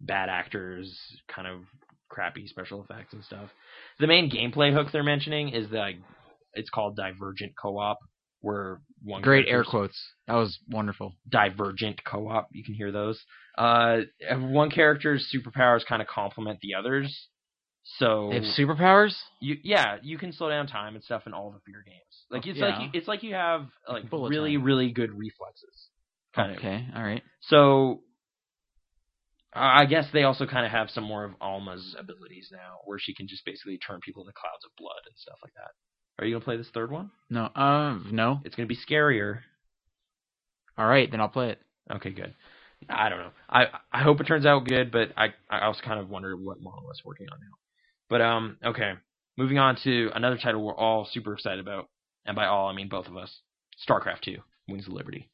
Speaker 2: bad actors, kind of crappy special effects and stuff. The main gameplay hook they're mentioning is that like, it's called divergent co-op, where one
Speaker 1: Great air
Speaker 2: character's-
Speaker 1: quotes. That was wonderful.
Speaker 2: divergent co-op. You can hear those. Uh, one character's superpowers kind of complement the others. So
Speaker 1: They have superpowers?
Speaker 2: you yeah you can slow down time and stuff in all the fear games like
Speaker 1: Oh,
Speaker 2: it's
Speaker 1: yeah.
Speaker 2: like you, it's like you have like
Speaker 1: bullet
Speaker 2: really
Speaker 1: time.
Speaker 2: really good reflexes kind of
Speaker 1: okay, all right.
Speaker 2: so i I guess they also kind of have some more of alma's abilities now where she can just basically turn people into clouds of blood and stuff like that are you gonna play this third one
Speaker 1: No, uh, no.
Speaker 2: it's gonna be scarier
Speaker 1: All right, then I'll play it.
Speaker 2: okay good i don't know i i hope it turns out good but i i also kind of wonder what monolith's working on now but um okay moving on to another title we're all super excited about and by all i mean both of us starcraft 2 wings of liberty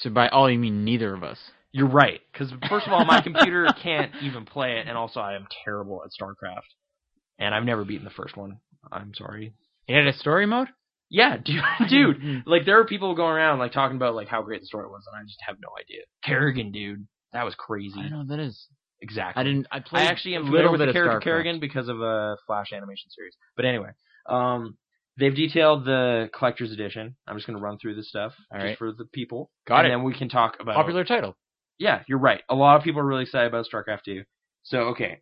Speaker 1: So by all you mean neither of us.
Speaker 2: You're right. Because first of all, my computer can't even play it, and also I am terrible at StarCraft, and I've never beaten the first one. I'm sorry.
Speaker 1: It had a story mode?
Speaker 2: Yeah, dude, dude.
Speaker 1: mm,
Speaker 2: Like there are people going around like talking about like how great the story was, and I just have no idea. Kerrigan, dude, that was
Speaker 1: I
Speaker 2: crazy.
Speaker 1: don't know what that is.
Speaker 2: Exactly.
Speaker 1: I didn't. I
Speaker 2: I
Speaker 1: played.
Speaker 2: actually am
Speaker 1: a
Speaker 2: familiar
Speaker 1: little
Speaker 2: with
Speaker 1: bit
Speaker 2: the
Speaker 1: of
Speaker 2: character
Speaker 1: StarCraft.
Speaker 2: Kerrigan because of a Flash animation series. But anyway, um, they've detailed the collector's edition. I'm just going to run through this stuff
Speaker 1: All
Speaker 2: just
Speaker 1: right.
Speaker 2: for the people,
Speaker 1: Got
Speaker 2: and
Speaker 1: it.
Speaker 2: then we can talk about
Speaker 1: Popular title.
Speaker 2: yeah, you're right. A lot of people are really excited about StarCraft 2. So okay,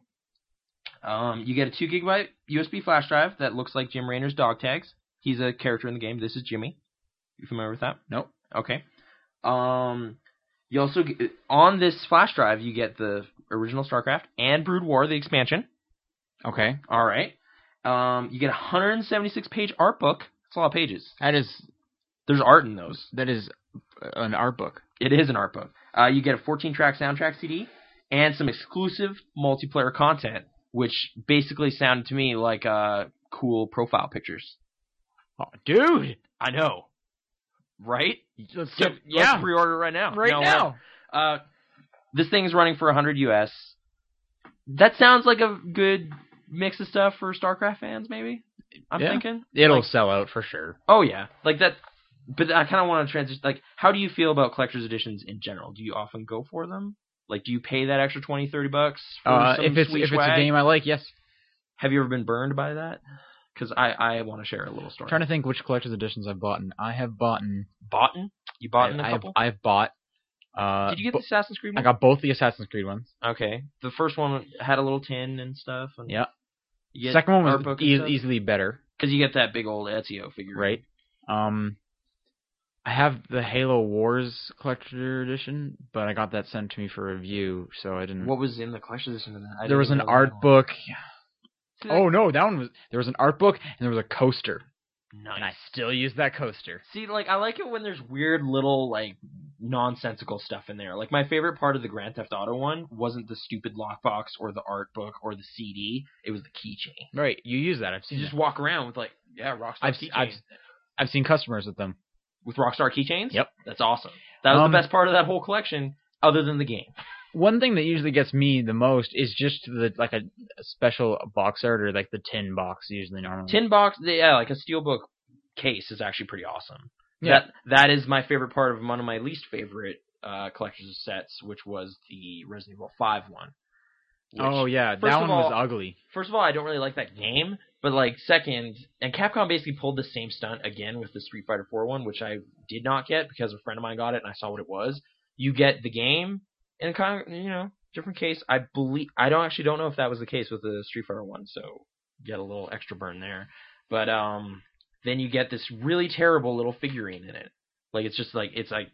Speaker 2: um, you get a two gigabyte USB flash drive that looks like Jim Raynor's dog tags. He's a character in the game. This is Jimmy. You familiar with that?
Speaker 1: Nope.
Speaker 2: Okay. Um, you also get, on this flash drive you get the original StarCraft and Brood War the expansion.
Speaker 1: Okay.
Speaker 2: All right. Um, you get a 176 page art book. That's a lot of pages.
Speaker 1: That is
Speaker 2: There's art in those.
Speaker 1: that is uh, an art book.
Speaker 2: It is an art book. Uh, you get a 14 track soundtrack CD and some exclusive multiplayer content, which basically sounded to me like uh, cool profile pictures.
Speaker 1: Oh, dude.
Speaker 2: I know, right?
Speaker 1: Let's
Speaker 2: So,
Speaker 1: get-
Speaker 2: let's pre-order right now.
Speaker 1: Right
Speaker 2: No,
Speaker 1: now.
Speaker 2: Uh, this thing is running for 100 US. That sounds like a good mix of stuff for StarCraft fans, maybe. I'm
Speaker 1: Yeah.
Speaker 2: thinking.
Speaker 1: It'll
Speaker 2: Like-
Speaker 1: sell out for sure.
Speaker 2: Oh yeah, like that. But I kind of want to transition. Like, how do you feel about collector's editions in general? Do you often go for them? Like, do you pay that extra 20, 30 bucks for
Speaker 1: Uh,
Speaker 2: some
Speaker 1: if it's
Speaker 2: sweet
Speaker 1: if it's a
Speaker 2: swag?
Speaker 1: game I like, yes.
Speaker 2: Have you ever been burned by that? Because I I want to share a little story.
Speaker 1: I'm trying to think which collector's editions I've bought. I have bought.
Speaker 2: Botten? You bought in a
Speaker 1: I,
Speaker 2: couple?
Speaker 1: I've, I've bought Uh,
Speaker 2: Did you get
Speaker 1: bo-
Speaker 2: the Assassin's Creed?
Speaker 1: I
Speaker 2: One?
Speaker 1: got both the Assassin's Creed ones.
Speaker 2: Okay. The first one had a little tin and stuff. And
Speaker 1: Yeah.
Speaker 2: You get
Speaker 1: Second one
Speaker 2: art
Speaker 1: was
Speaker 2: book
Speaker 1: e-
Speaker 2: and stuff?
Speaker 1: easily better,
Speaker 2: Because you get that big old Ezio figure.
Speaker 1: right? Um, I have the Halo Wars collector edition, but I got that sent to me for review, so I didn't.
Speaker 2: What was in the collection edition of that? I
Speaker 1: there
Speaker 2: didn't
Speaker 1: was an
Speaker 2: know that
Speaker 1: art
Speaker 2: one.
Speaker 1: book.
Speaker 2: See, like-
Speaker 1: Oh no, that one was. There was an art book and there was a coaster, and I
Speaker 2: Nice.
Speaker 1: still use that coaster.
Speaker 2: See, like I like it when there's weird little like nonsensical stuff in there. Like my favorite part of the Grand Theft Auto one wasn't the stupid lockbox or the art book or the CD. It was the keychain.
Speaker 1: Right, you use that. I've
Speaker 2: So
Speaker 1: seen.
Speaker 2: you
Speaker 1: that.
Speaker 2: just walk around with like yeah, Rockstar
Speaker 1: I've,
Speaker 2: keychain
Speaker 1: I've I've seen customers with them.
Speaker 2: with Rockstar keychains.
Speaker 1: Yep.
Speaker 2: that's awesome. That was
Speaker 1: Um,
Speaker 2: the best part of that whole collection, other than the game.
Speaker 1: One thing that usually gets me the most is just the like a, a special box art or like the tin box usually normally.
Speaker 2: Tin box, yeah, like a steelbook case is actually pretty awesome.
Speaker 1: Yeah.
Speaker 2: That that is my favorite part of one of my least favorite uh, collector's sets, which was the Resident Evil Five one. which-
Speaker 1: oh yeah,
Speaker 2: first
Speaker 1: that
Speaker 2: of
Speaker 1: one was
Speaker 2: all-
Speaker 1: ugly.
Speaker 2: first of all, I don't really like that game, but like second, and Capcom basically pulled the same stunt again with the Street Fighter 4 one, which I did not get because a friend of mine got it and I saw what it was. You get the game and kind of, you know, different case. I believe I don't actually don't know if that was the case with the Street Fighter one, so get a little extra burn there. But um then you get this really terrible little figurine in it. Like it's just like it's like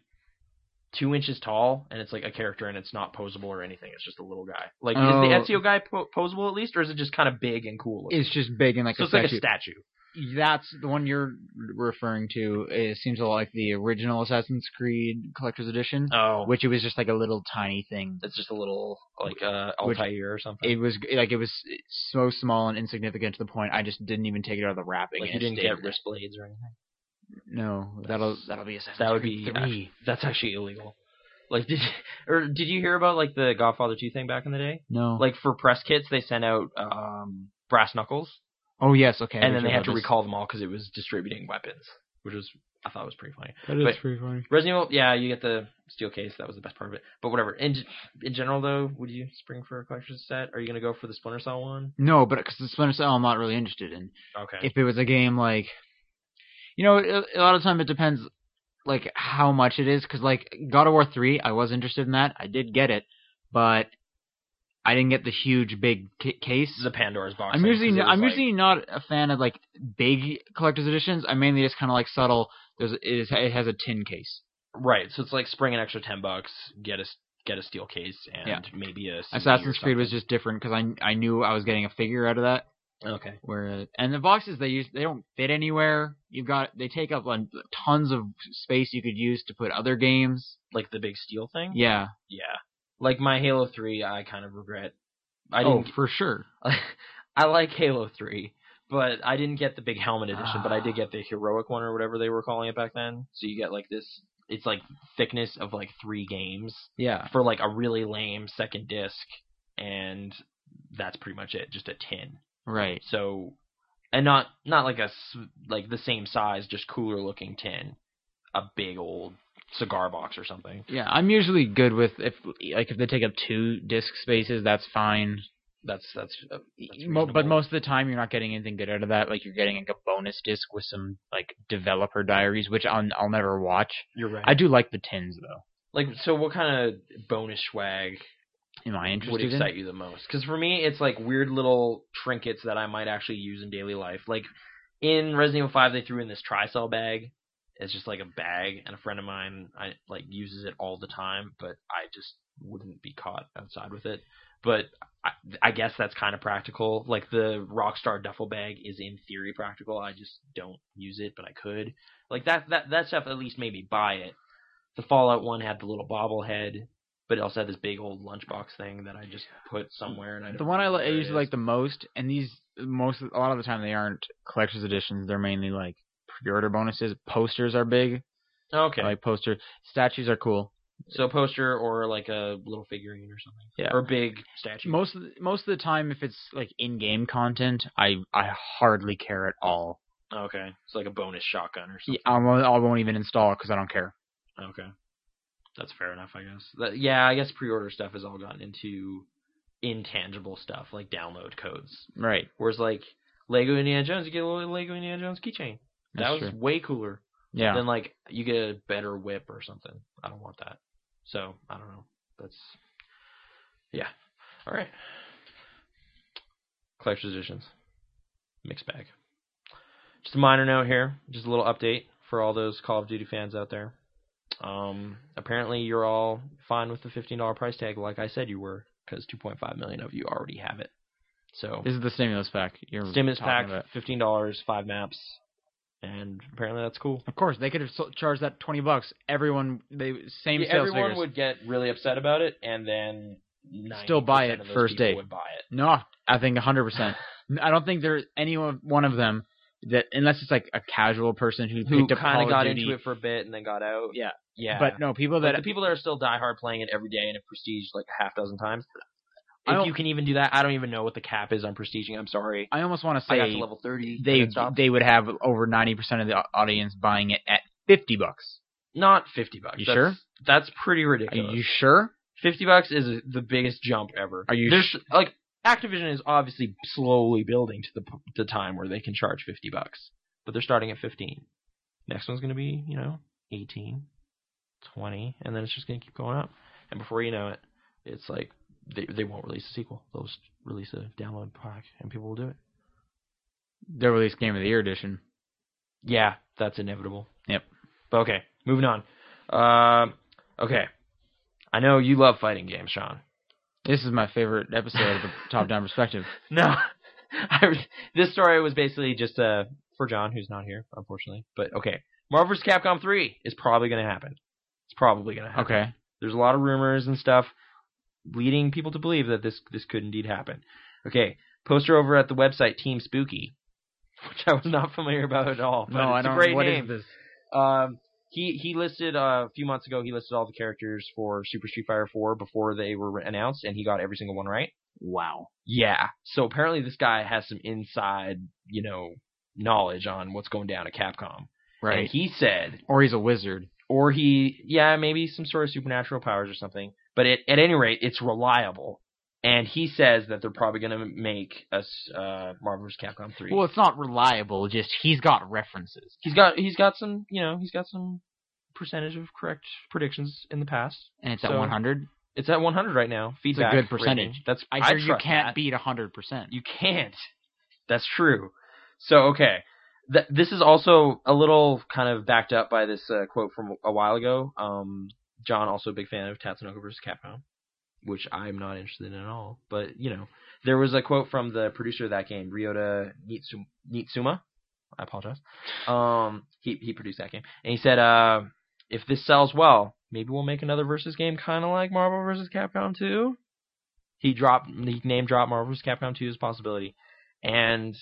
Speaker 2: two inches tall, and it's like a character, and it's not posable or anything. It's just a little guy. Like
Speaker 1: Oh.
Speaker 2: is the Ezio guy po- posable at least, or is it just kind of big and cool? looking?
Speaker 1: It's just big and like
Speaker 2: so
Speaker 1: a
Speaker 2: it's like a
Speaker 1: statue.
Speaker 2: statue.
Speaker 1: That's the one you're referring to. It seems a lot like the original Assassin's Creed Collector's Edition,
Speaker 2: Oh,
Speaker 1: which it was just like a little tiny thing.
Speaker 2: it's just a little like uh,
Speaker 1: Which-
Speaker 2: Altair or something.
Speaker 1: It was like it was so small and insignificant to the point I just didn't even take it out of the wrapping.
Speaker 2: like
Speaker 1: and
Speaker 2: you
Speaker 1: it
Speaker 2: didn't
Speaker 1: stayed
Speaker 2: get
Speaker 1: there.
Speaker 2: wrist blades or anything.
Speaker 1: No, that'll that'll be Assassin's
Speaker 2: That would
Speaker 1: Creed
Speaker 2: be
Speaker 1: three.
Speaker 2: actually, that's actually illegal. Like did or did you hear about like the Godfather 2 thing back in the day?
Speaker 1: No,
Speaker 2: Like for press kits, they sent out um, brass knuckles,
Speaker 1: oh yes, okay. I
Speaker 2: and then
Speaker 1: read
Speaker 2: they had
Speaker 1: about
Speaker 2: to
Speaker 1: this.
Speaker 2: recall them all because it was distributing weapons, which was I thought was pretty funny.
Speaker 1: That
Speaker 2: is But-
Speaker 1: pretty funny.
Speaker 2: Resident Evil, yeah, you get the steel case. That was the best part of it. But whatever. In in general, though, would you spring for a collector's set? Are you gonna go for the Splinter Cell one?
Speaker 1: No, but because the Splinter Cell, I'm not really interested in.
Speaker 2: Okay.
Speaker 1: If it was a game like, you know, a, a lot of time it depends, like how much it is. Because like God of War three, I was interested in that. I did get it, but I didn't get the huge big ca- case.
Speaker 2: this is a Pandora's box.
Speaker 1: I'm
Speaker 2: thing,
Speaker 1: usually
Speaker 2: 'cause it
Speaker 1: no-
Speaker 2: was
Speaker 1: I'm
Speaker 2: like-
Speaker 1: usually not a fan of like big collector's editions. I mainly just kind of like subtle. There's it, is, it has a tin case.
Speaker 2: right. So it's like spring an extra ten bucks, get a s- get a steel case, and
Speaker 1: Yeah.
Speaker 2: maybe a CD
Speaker 1: Assassin's
Speaker 2: or
Speaker 1: Creed was just different because I I knew I was getting a figure out of that.
Speaker 2: something. okay.
Speaker 1: Where and the boxes they use they don't fit anywhere. You've got they take up like, tons of space you could use to put other games.
Speaker 2: Like the big steel thing.
Speaker 1: Yeah.
Speaker 2: Yeah. Like my Halo Three, I kind of regret. I
Speaker 1: oh,
Speaker 2: didn't.
Speaker 1: for sure.
Speaker 2: I like Halo Three, but I didn't get the big helmet edition. But I did get the heroic one or whatever they were calling it back then. So you get like this. It's like thickness of like three games
Speaker 1: Yeah.
Speaker 2: for like a really lame second disc, and that's pretty much it. Just a tin.
Speaker 1: Right.
Speaker 2: So, and not not like a s- like the same size, just cooler looking tin, a big old cigar box or something.
Speaker 1: Yeah. I'm usually good with if like if they take up two disk spaces, that's fine.
Speaker 2: That's that's. Uh, that's
Speaker 1: Mo- but
Speaker 2: reasonable.
Speaker 1: most of the time, you're not getting anything good out of that. Like you're getting like a bonus disc with some like developer diaries, which I'll I'll never watch.
Speaker 2: you're right.
Speaker 1: I do like the tins though.
Speaker 2: like so, what kind of bonus swag
Speaker 1: Am I
Speaker 2: would
Speaker 1: interested in?
Speaker 2: excite you the most? Because for me, it's like weird little trinkets that I might actually use in daily life. Like in Resident Evil Five, they threw in this tri-cell bag. It's just like a bag, and a friend of mine I like uses it all the time, but I just wouldn't be caught outside with it. But I, I guess that's kind of practical. Like the Rockstar duffel bag is in theory practical. I just don't use it, but I could. Like that that that stuff at least made me buy it. The Fallout one had the little bobblehead, but it also had this big old lunchbox thing that I just put somewhere. And I
Speaker 1: The
Speaker 2: don't
Speaker 1: one I,
Speaker 2: remember
Speaker 1: li- I
Speaker 2: where it
Speaker 1: usually
Speaker 2: is.
Speaker 1: like the most, and these most a lot of the time they aren't collector's editions. They're mainly like pre-order bonuses. Posters are big.
Speaker 2: okay
Speaker 1: I like poster statues are cool.
Speaker 2: So a poster or like a little figurine or something.
Speaker 1: Yeah.
Speaker 2: Or a big statue.
Speaker 1: Most of the, most of the time, if it's like in-game content, I I hardly care at all.
Speaker 2: okay. It's like a bonus shotgun or
Speaker 1: Yeah,
Speaker 2: something.
Speaker 1: I won't, I won't even install it because I don't care.
Speaker 2: Okay. That's fair enough, I guess. That, yeah, I guess pre-order stuff has all gotten into intangible stuff like download codes.
Speaker 1: Right.
Speaker 2: Whereas like Lego Indiana Jones, you get a little Lego Indiana Jones keychain. That
Speaker 1: That's
Speaker 2: was
Speaker 1: true.
Speaker 2: way cooler
Speaker 1: Yeah.
Speaker 2: than like you get a better whip or something. I don't want that. So I don't know. That's yeah. All right. Collector's editions, mixed bag. Just a minor note here. Just a little update for all those Call of Duty fans out there. Um, apparently you're all fine with the fifteen dollar price tag, like I said you were, because two point five million of you already have it. So
Speaker 1: This is the stimulus pack. You're
Speaker 2: stimulus
Speaker 1: talking
Speaker 2: pack,
Speaker 1: about.
Speaker 2: fifteen dollars, five maps, and apparently that's cool.
Speaker 1: Of course, they could have so- charged that twenty bucks. Everyone, they same
Speaker 2: Yeah,
Speaker 1: sales
Speaker 2: everyone
Speaker 1: figures.
Speaker 2: would get really upset about it, and then 90%
Speaker 1: Still buy it
Speaker 2: of those
Speaker 1: first
Speaker 2: people
Speaker 1: day.
Speaker 2: Would buy it.
Speaker 1: No, I think hundred percent. I don't think there's any one one of them that, unless it's like a casual person who,
Speaker 2: Who
Speaker 1: picked up
Speaker 2: kind
Speaker 1: Call
Speaker 2: of
Speaker 1: of
Speaker 2: got
Speaker 1: Duty.
Speaker 2: into it for a bit and then got out.
Speaker 1: Yeah.
Speaker 2: yeah.
Speaker 1: But no, people
Speaker 2: Like,
Speaker 1: that
Speaker 2: the people that are still diehard playing it every day and have prestige like a half dozen times.
Speaker 1: I
Speaker 2: If
Speaker 1: don't-
Speaker 2: you can even do that, I don't even know what the cap is on prestiging. I'm sorry.
Speaker 1: I almost want to
Speaker 2: I got
Speaker 1: say
Speaker 2: to level thirty. and
Speaker 1: they
Speaker 2: then stopped.
Speaker 1: they would have over ninety percent of the au- audience buying it at fifty bucks.
Speaker 2: not fifty bucks.
Speaker 1: You
Speaker 2: that's,
Speaker 1: sure?
Speaker 2: That's pretty
Speaker 1: Are
Speaker 2: ridiculous.
Speaker 1: you sure?
Speaker 2: Fifty bucks is the biggest jump ever.
Speaker 1: Are you
Speaker 2: There's like Activision is obviously slowly building to the p- the time where they can charge fifty bucks, but they're starting at fifteen. Next one's gonna be you know 18, 20, and then it's just gonna keep going up. And before you know it, it's like they they won't release a sequel. They'll just release a download pack, and people will do it.
Speaker 1: They released Game of the Year edition.
Speaker 2: Yeah, that's inevitable.
Speaker 1: Yep.
Speaker 2: But okay, moving on. Um, okay, I know you love fighting games, Sean.
Speaker 1: This is my favorite episode of the Top Down Perspective.
Speaker 2: No, I, was- this story was basically just uh, for John, who's not here, unfortunately. But okay, Marvel vs. Capcom 3 is probably going to happen. It's probably going to happen.
Speaker 1: Okay,
Speaker 2: There's a lot of rumors and stuff leading people to believe that this this could indeed happen. Okay, poster over at the website Team Spooky, which I was not familiar about at all. But
Speaker 1: no, I
Speaker 2: it's
Speaker 1: don't.
Speaker 2: a great
Speaker 1: what is
Speaker 2: name.
Speaker 1: this?
Speaker 2: Um, he he listed uh, a few months ago. He listed all the characters for Super Street Fighter 4 before they were announced, and he got every single one right.
Speaker 1: Wow.
Speaker 2: Yeah. So apparently this guy has some inside, you know, knowledge on what's going down at Capcom. And
Speaker 1: Right.
Speaker 2: he said,
Speaker 1: Or he's a wizard.
Speaker 2: or he, yeah, maybe some sort of supernatural powers or something. But it, at any rate, it's reliable. And he says that they're probably going to make us uh, Marvel vs. Capcom three.
Speaker 1: Well, it's not reliable. Just he's got references.
Speaker 2: he's got he's got some, you know, he's got some percentage of correct predictions in the past.
Speaker 1: and it's at
Speaker 2: So,
Speaker 1: 100.
Speaker 2: It's at 100 right now. Feedback.
Speaker 1: good percentage.
Speaker 2: rating. That's
Speaker 1: I hear you
Speaker 2: trust
Speaker 1: can't
Speaker 2: that.
Speaker 1: beat 100. percent
Speaker 2: You can't. That's true. So okay, Th- this is also a little kind of backed up by this uh, quote from a while ago. Um, John also a big fan of Tatsunoko versus Capcom, which I'm not interested in at all. But you know, there was a quote from the producer of that game, Ryota Nitsum- Nitsuma. I apologize. Um, he he produced that game, and he said, uh, if this sells well, maybe we'll make another versus game, kind of like Marvel versus Capcom 2 he dropped he name dropped Marvel vs. Capcom 2 as a possibility, and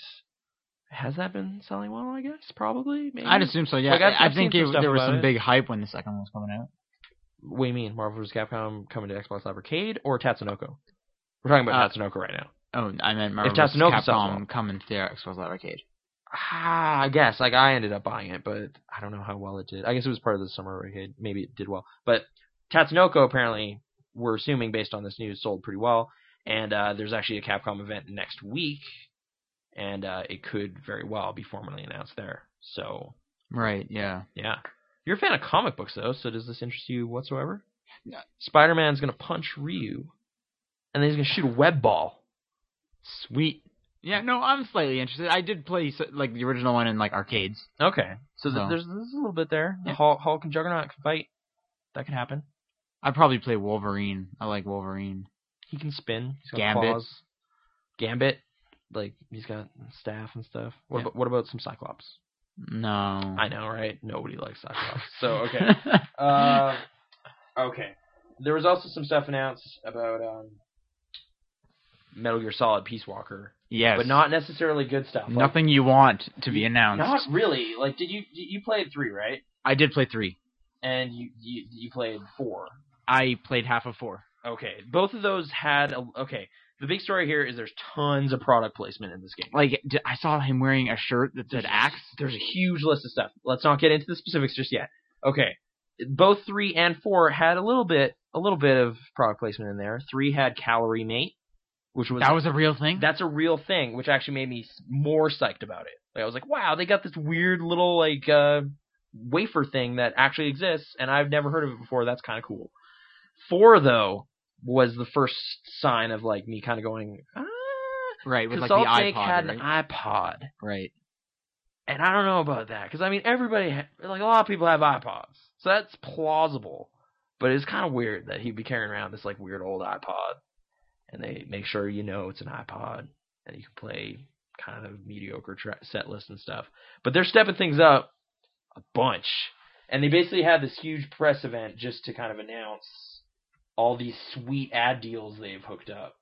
Speaker 2: has that been selling well? I guess probably. Maybe.
Speaker 1: I'd assume so. Yeah,
Speaker 2: Like, I've-
Speaker 1: I- I
Speaker 2: I've
Speaker 1: think
Speaker 2: seen
Speaker 1: it,
Speaker 2: some stuff
Speaker 1: there was
Speaker 2: about
Speaker 1: some
Speaker 2: it.
Speaker 1: big hype when the second one was coming out.
Speaker 2: What do you mean, Marvel vs. Capcom coming to Xbox Live Arcade or Tatsunoko? We're talking about
Speaker 1: Uh,
Speaker 2: Tatsunoko right now.
Speaker 1: Oh, I meant Marvel
Speaker 2: If
Speaker 1: vs.
Speaker 2: Tatsunoko sells well.
Speaker 1: Capcom coming to Xbox Live Arcade.
Speaker 2: Ah, I guess like I ended up buying it, but I don't know how well it did. I guess it was part of the summer arcade. Maybe it did well, but Tatsunoko apparently we're assuming based on this news sold pretty well. And uh, there's actually a Capcom event next week, and uh, it could very well be formally announced there. So
Speaker 1: Right. Yeah.
Speaker 2: Yeah. You're a fan of comic books, though, so does this interest you whatsoever?
Speaker 1: No.
Speaker 2: Spider Man's going to punch Ryu, and then he's going to shoot a web ball.
Speaker 1: Sweet. Yeah. No, I'm slightly interested. I did play so- like the original one in like arcades.
Speaker 2: Okay. So th-
Speaker 1: No.
Speaker 2: there's, there's a little bit there.
Speaker 1: Yeah.
Speaker 2: Hulk, Hulk and Juggernaut can fight. That could happen.
Speaker 1: I probably play Wolverine. I like Wolverine.
Speaker 2: He can spin. He's got
Speaker 1: Gambit.
Speaker 2: claws. Gambit. Like, he's got staff and stuff. What,
Speaker 1: Yeah.
Speaker 2: about, what about some Cyclops?
Speaker 1: No.
Speaker 2: I know, right? Nobody likes Cyclops. so, okay. Uh, okay. There was also some stuff announced about um, Metal Gear Solid Peace Walker.
Speaker 1: yes.
Speaker 2: but not necessarily good stuff. Like,
Speaker 1: nothing you want to be announced.
Speaker 2: Not really. Like, did you you played three right?
Speaker 1: I did play three.
Speaker 2: And you you, you played four.
Speaker 1: I played half of four.
Speaker 2: Okay, both of those had a, okay. The big story here is there's tons of product placement in this game.
Speaker 1: Like d- I saw him wearing a shirt that said
Speaker 2: There's-
Speaker 1: Axe.
Speaker 2: There's a huge list of stuff. Let's not get into the specifics just yet. Okay, both three and four had a little bit a little bit of product placement in there. Three had Calorie Mate, which was
Speaker 1: That was a real thing.
Speaker 2: that's a real thing, which actually made me s- more psyched about it. Like I was like, wow, they got this weird little like uh, wafer thing that actually exists, and I've never heard of it before. That's kind of cool. Four though was the first sign of like me kind of going. Ah,
Speaker 1: Right, with like
Speaker 2: because Salt
Speaker 1: the iPod,
Speaker 2: Lake had
Speaker 1: right?
Speaker 2: an iPod,
Speaker 1: right.
Speaker 2: and I don't know about that because I mean everybody ha- like a lot of people have iPods, so that's plausible. But it's kind of weird that he'd be carrying around this like weird old iPod, and they make sure you know it's an iPod and you can play kind of mediocre tra- set lists and stuff. But they're stepping things up a bunch, and they basically had this huge press event just to kind of announce all these sweet ad deals they've hooked up.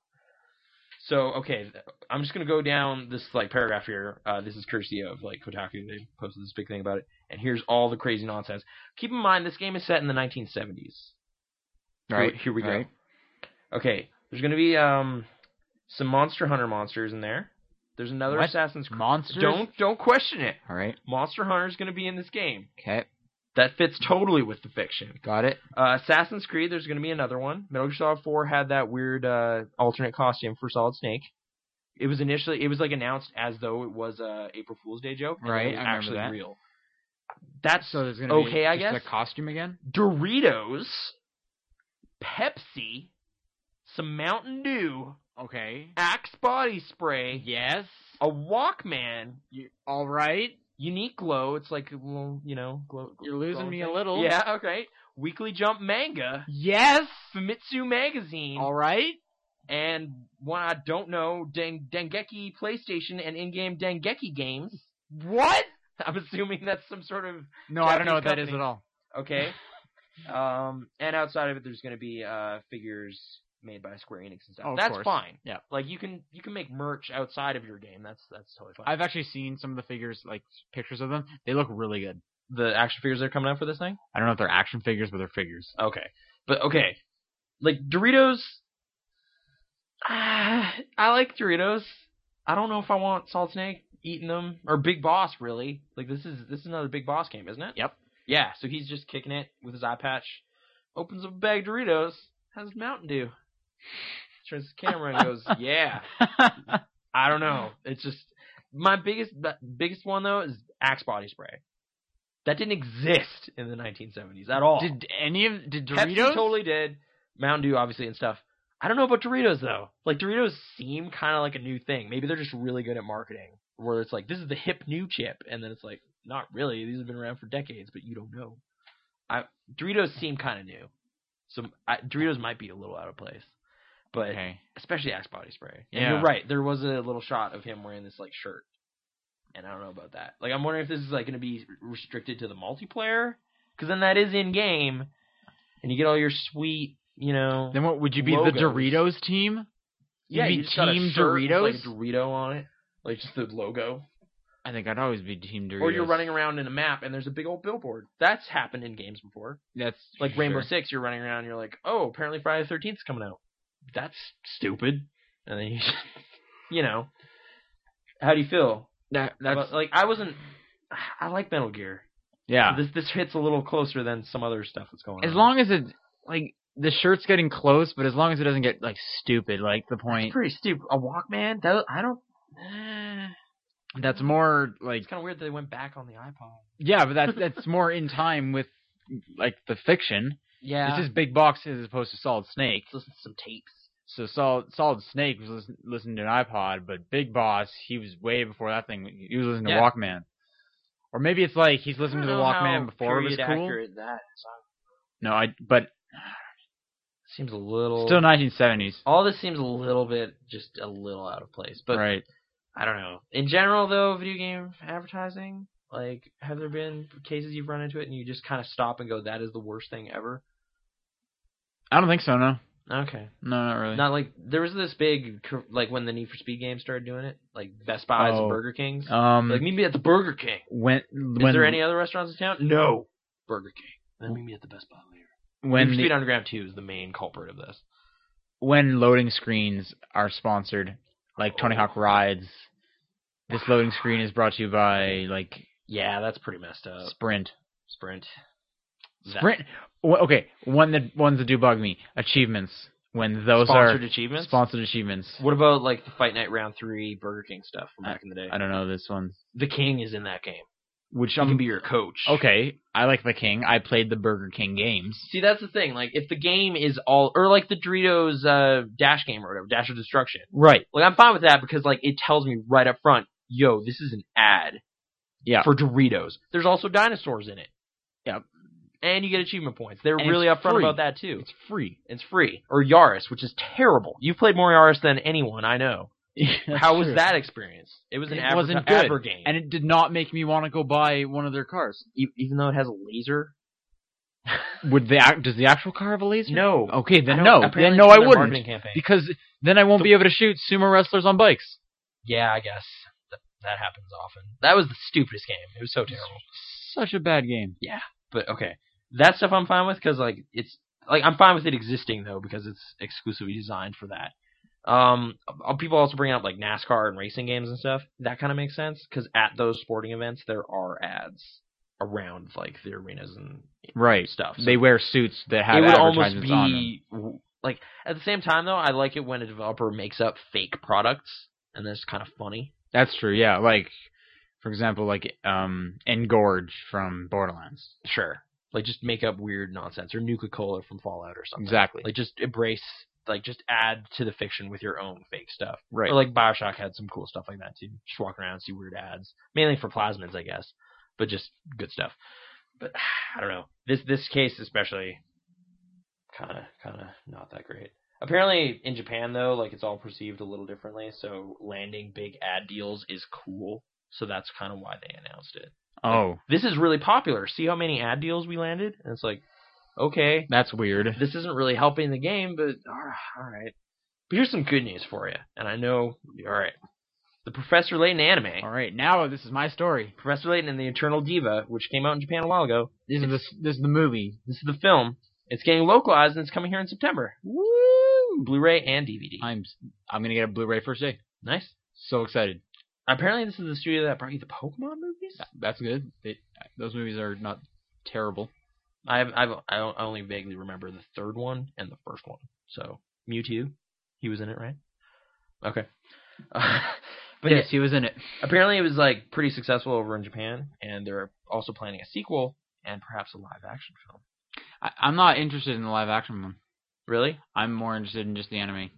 Speaker 2: So okay, I'm just gonna go down this like paragraph here. Uh, this is courtesy of like Kotaku. They posted this big thing about it, and here's all the crazy nonsense. Keep in mind this game is set in the 1970s. Here-
Speaker 1: Right.
Speaker 2: Here, we go.
Speaker 1: right.
Speaker 2: Okay, there's gonna be um some Monster Hunter monsters in there. There's another
Speaker 1: What?
Speaker 2: Assassin's Creed.
Speaker 1: Monsters.
Speaker 2: Don't don't question it.
Speaker 1: All right.
Speaker 2: Monster Hunter's gonna be in this game.
Speaker 1: Okay.
Speaker 2: That fits totally with the fiction.
Speaker 1: Got it.
Speaker 2: Uh, Assassin's Creed, there's going to be another one. Metal Gear Solid 4 had that weird uh, alternate costume for Solid Snake. It was initially, it was like announced as though it was a April Fool's Day joke. and
Speaker 1: Right,
Speaker 2: it was
Speaker 1: I remember
Speaker 2: actually
Speaker 1: that.
Speaker 2: real. That's
Speaker 1: So there's gonna be
Speaker 2: Okay, I
Speaker 1: just
Speaker 2: guess.
Speaker 1: a costume again.
Speaker 2: Doritos, Pepsi, some Mountain Dew,
Speaker 1: Okay.
Speaker 2: Axe body spray,
Speaker 1: Yes.
Speaker 2: a Walkman,
Speaker 1: You, all right.
Speaker 2: Unique Glow. It's like a little, you know, glow.
Speaker 1: You're losing
Speaker 2: glowing
Speaker 1: me a
Speaker 2: thing.
Speaker 1: little.
Speaker 2: Yeah, okay. Weekly Jump manga,
Speaker 1: Yes.
Speaker 2: Famitsu magazine.
Speaker 1: All right.
Speaker 2: and one I don't know, Den- Dengeki PlayStation and in-game Dengeki games.
Speaker 1: What?
Speaker 2: I'm assuming that's some sort of
Speaker 1: No, I don't know what
Speaker 2: Japanese
Speaker 1: that is at all.
Speaker 2: okay. um, and outside of it, there's gonna be uh figures made by Square Enix and stuff.
Speaker 1: Oh, of
Speaker 2: that's
Speaker 1: course.
Speaker 2: fine.
Speaker 1: Yeah.
Speaker 2: like you can you can make merch outside of your game. That's that's totally fine.
Speaker 1: I've actually seen some of the figures, like pictures of them. They look really good.
Speaker 2: the action figures that are coming out for this thing.
Speaker 1: I don't know if they're action figures, but they're figures.
Speaker 2: Okay, but okay, like Doritos. Ah, I like Doritos. I don't know if I want Salt Snake eating them or Big Boss really. Like this is this is another Big Boss game, isn't it?
Speaker 1: Yep.
Speaker 2: Yeah. So he's just kicking it with his eye patch, opens up a bag of Doritos, has Mountain Dew, turns his camera and goes, "Yeah." I don't know. It's just my biggest the biggest one though is Axe body spray. That didn't exist in the 1970s at all.
Speaker 1: did any of did
Speaker 2: Pepsi
Speaker 1: Doritos?
Speaker 2: totally did. Mountain Dew, obviously, and stuff. I don't know about Doritos though. Like Doritos seem kind of like a new thing. Maybe they're just really good at marketing, where it's like this is the hip new chip, and then it's like not really. These have been around for decades, but you don't know. I Doritos seem kind of new, so I, Doritos might be a little out of place. But
Speaker 1: Okay.
Speaker 2: especially Axe body spray. And
Speaker 1: Yeah.
Speaker 2: you're right. There was a little shot of him wearing this like shirt, and I don't know about that. Like I'm wondering if this is like going to be restricted to the multiplayer, because then that is in game, and you get all your sweet, you know.
Speaker 1: Then what would you be
Speaker 2: Logos.
Speaker 1: the Doritos team?
Speaker 2: yeah,
Speaker 1: you'd
Speaker 2: you
Speaker 1: be
Speaker 2: just got a
Speaker 1: Team
Speaker 2: shirt with, like,
Speaker 1: Doritos?
Speaker 2: a Dorito on it, like just the logo.
Speaker 1: I think I'd always be Team Doritos.
Speaker 2: Or you're running around in a map and there's a big old billboard. That's happened in games before.
Speaker 1: That's
Speaker 2: Like Rainbow
Speaker 1: sure.
Speaker 2: Six, you're running around and you're like, oh, apparently Friday the 13th is coming out. That's stupid. And then you, you know, how do you feel?
Speaker 1: That, that's
Speaker 2: But, like I wasn't. I like Metal Gear.
Speaker 1: yeah.
Speaker 2: This this hits a little closer than some other stuff that's going on.
Speaker 1: As long as it like the shirt's getting close, but as long as it doesn't get like stupid, like the
Speaker 2: it's
Speaker 1: point
Speaker 2: pretty stupid. A Walkman. That I don't. eh.
Speaker 1: that's more like
Speaker 2: It's kind of weird that they went back on the iPod.
Speaker 1: yeah, but that's that's more in time with like the fiction.
Speaker 2: Yeah.
Speaker 1: This is big boxes as opposed to Solid Snake.
Speaker 2: Let's listen to some tapes.
Speaker 1: So Solid Solid Snake was listen, listening to an iPod, but Big Boss he was way before that thing. He was listening
Speaker 2: Yeah.
Speaker 1: to Walkman, or maybe it's like he's listened to the Walkman before it was cool.
Speaker 2: Accurate that song
Speaker 1: No, I but
Speaker 2: seems a little.
Speaker 1: still 1970s,
Speaker 2: All this seems a little bit, just a little out of place. But
Speaker 1: right?
Speaker 2: I don't know. In general, though, video game advertising, like, have there been cases you've run into it and you just kind of stop and go, "That is the worst thing ever"?
Speaker 1: I don't think so. No,
Speaker 2: Okay.
Speaker 1: no, not really.
Speaker 2: Not like there was this big cur- like when the Need for Speed game started doing it, like Best Buys
Speaker 1: Oh.
Speaker 2: and Burger Kings.
Speaker 1: um,
Speaker 2: like meet me at the Burger King.
Speaker 1: when
Speaker 2: Is
Speaker 1: when
Speaker 2: there any other restaurants in town? No, Burger King. Then meet me at the Best Buy later. Need
Speaker 1: when
Speaker 2: for
Speaker 1: the-
Speaker 2: Speed Underground Two is the main culprit of this.
Speaker 1: when loading screens are sponsored, like Tony Hawk rides. This loading screen is brought to you by like
Speaker 2: Yeah, that's pretty messed up.
Speaker 1: Sprint.
Speaker 2: Sprint. Uh, That-
Speaker 1: Sprint. wh- Okay, one that ones that do bug me. Achievements when those
Speaker 2: sponsored
Speaker 1: are
Speaker 2: achievements.
Speaker 1: sponsored achievements.
Speaker 2: what about like the Fight Night Round Three Burger King stuff from back in the day?
Speaker 1: I don't know this one.
Speaker 2: the King is in that game.
Speaker 1: Which
Speaker 2: He can
Speaker 1: I'm
Speaker 2: be your coach.
Speaker 1: Um, okay. I like the King. I played the Burger King games.
Speaker 2: See, that's the thing. Like, if the game is all, or like the Doritos uh, Dash game or whatever, Dash of Destruction.
Speaker 1: Right.
Speaker 2: Like, I'm fine with that because like it tells me right up front, yo, this is an ad
Speaker 1: Yeah.
Speaker 2: for Doritos. There's also dinosaurs in it.
Speaker 1: Yep.
Speaker 2: And you get achievement points. They're
Speaker 1: And
Speaker 2: really
Speaker 1: it's
Speaker 2: upfront
Speaker 1: free.
Speaker 2: about that too.
Speaker 1: It's free.
Speaker 2: It's free. Or Yaris, which is terrible. You've played more Yaris than anyone I know. How was that experience? It was an
Speaker 1: It
Speaker 2: adver-
Speaker 1: wasn't good.
Speaker 2: adver game.
Speaker 1: And it did not make me want to go buy one of their cars.
Speaker 2: E- even though it has a laser?
Speaker 1: Would the ac- does the actual car have a laser?
Speaker 2: Oh, No.
Speaker 1: Okay,
Speaker 2: I
Speaker 1: then
Speaker 2: don't-
Speaker 1: no.
Speaker 2: apparently
Speaker 1: Then
Speaker 2: it's
Speaker 1: no,
Speaker 2: from
Speaker 1: I
Speaker 2: their
Speaker 1: wouldn't.
Speaker 2: marketing campaign.
Speaker 1: Because then I won't be able to shoot sumo wrestlers on bikes.
Speaker 2: Yeah, I guess that, that happens often. That was the stupidest game. It was so terrible.
Speaker 1: Such a bad game.
Speaker 2: But okay, that stuff I'm fine with because like it's like I'm fine with it existing though because it's exclusively designed for that. Um, uh, people also bring up like NASCAR and racing games and stuff. That kind of makes sense because at those sporting events there are ads around like the arenas and
Speaker 1: Right.
Speaker 2: stuff. So
Speaker 1: They wear suits that have
Speaker 2: it would almost
Speaker 1: advertisements on them.
Speaker 2: be like at the same time though I like it when a developer makes up fake products and that's kind of funny.
Speaker 1: That's true. Yeah, like for example, like um, Engorge from Borderlands.
Speaker 2: Sure. Like just make up weird nonsense or Nuka Cola from Fallout or something.
Speaker 1: Exactly.
Speaker 2: Like just embrace like just add to the fiction with your own fake stuff.
Speaker 1: right.
Speaker 2: Or like Bioshock had some cool stuff like that too. Just walk around, see weird ads. Mainly for plasmids, I guess. But just good stuff. But I don't know. This this case especially kinda kinda not that great. Apparently in Japan though, like it's all perceived a little differently, so landing big ad deals is cool. So that's kind of why they announced it
Speaker 1: oh,
Speaker 2: this is really popular. See how many ad deals we landed? And it's like, okay,
Speaker 1: that's weird.
Speaker 2: this isn't really helping the game, but all right. But here's some good news for you. And I know, all right, the Professor Layton anime,
Speaker 1: All right, now this is my story.
Speaker 2: Professor Layton and the Eternal Diva, which came out in Japan a while ago.
Speaker 1: This is the, this is the movie.
Speaker 2: This is the film. It's getting localized and it's coming here in September. Woo! Blu-ray and DVD.
Speaker 1: I'm s- I'm gonna get a Blu-ray first day.
Speaker 2: nice.
Speaker 1: So excited.
Speaker 2: Apparently, this is the studio that brought you the Pokemon movies.
Speaker 1: That- That's good. They, those movies are not terrible.
Speaker 2: I've, I've I don't- I only vaguely remember the third one and the first one. So Mewtwo, he was in it, right? Okay. but
Speaker 1: yes,
Speaker 2: yeah,
Speaker 1: he was in it.
Speaker 2: apparently it was like pretty successful over in Japan, and they're also planning a sequel and perhaps a live action film.
Speaker 1: I, I'm not interested in the live action one.
Speaker 2: Really?
Speaker 1: I'm more interested in just the anime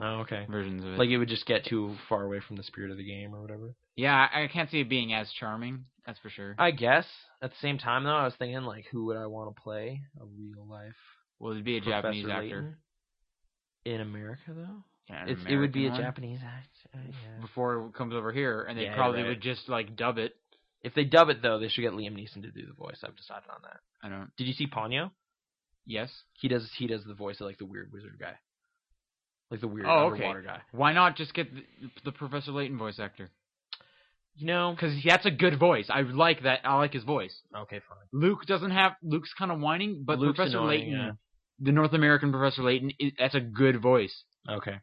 Speaker 2: Oh, okay.
Speaker 1: versions of it.
Speaker 2: Like it would just get too far away from the spirit of the game or whatever.
Speaker 1: yeah, I, I can't see it being as charming. That's for sure.
Speaker 2: I guess. At the same time, though, I was thinking like, who would I want to play a real life
Speaker 1: Will it be a
Speaker 2: Professor
Speaker 1: Japanese actor?
Speaker 2: Layton? in America though?
Speaker 1: Yeah, an
Speaker 2: It's, it would be a
Speaker 1: American one?
Speaker 2: Japanese actor. Yeah.
Speaker 1: before it comes over here, and they
Speaker 2: Yeah, you're
Speaker 1: probably
Speaker 2: right.
Speaker 1: would just like dub it.
Speaker 2: If they dub it though, they should get Liam Neeson to do the voice. I've decided on that.
Speaker 1: I don't.
Speaker 2: Did you see Ponyo?
Speaker 1: Yes.
Speaker 2: He does he does the voice of like the weird wizard guy, like the weird
Speaker 1: Oh, okay.
Speaker 2: underwater guy.
Speaker 1: Why not just get the, the Professor Layton voice actor?
Speaker 2: You know?
Speaker 1: Because that's a good voice. I like that. I like his voice.
Speaker 2: Okay, fine.
Speaker 1: Luke doesn't have. Luke's kind of whining, but
Speaker 2: Luke's
Speaker 1: Professor
Speaker 2: annoying,
Speaker 1: Layton,
Speaker 2: yeah.
Speaker 1: the North American Professor Layton, i that's a good voice.
Speaker 2: Okay,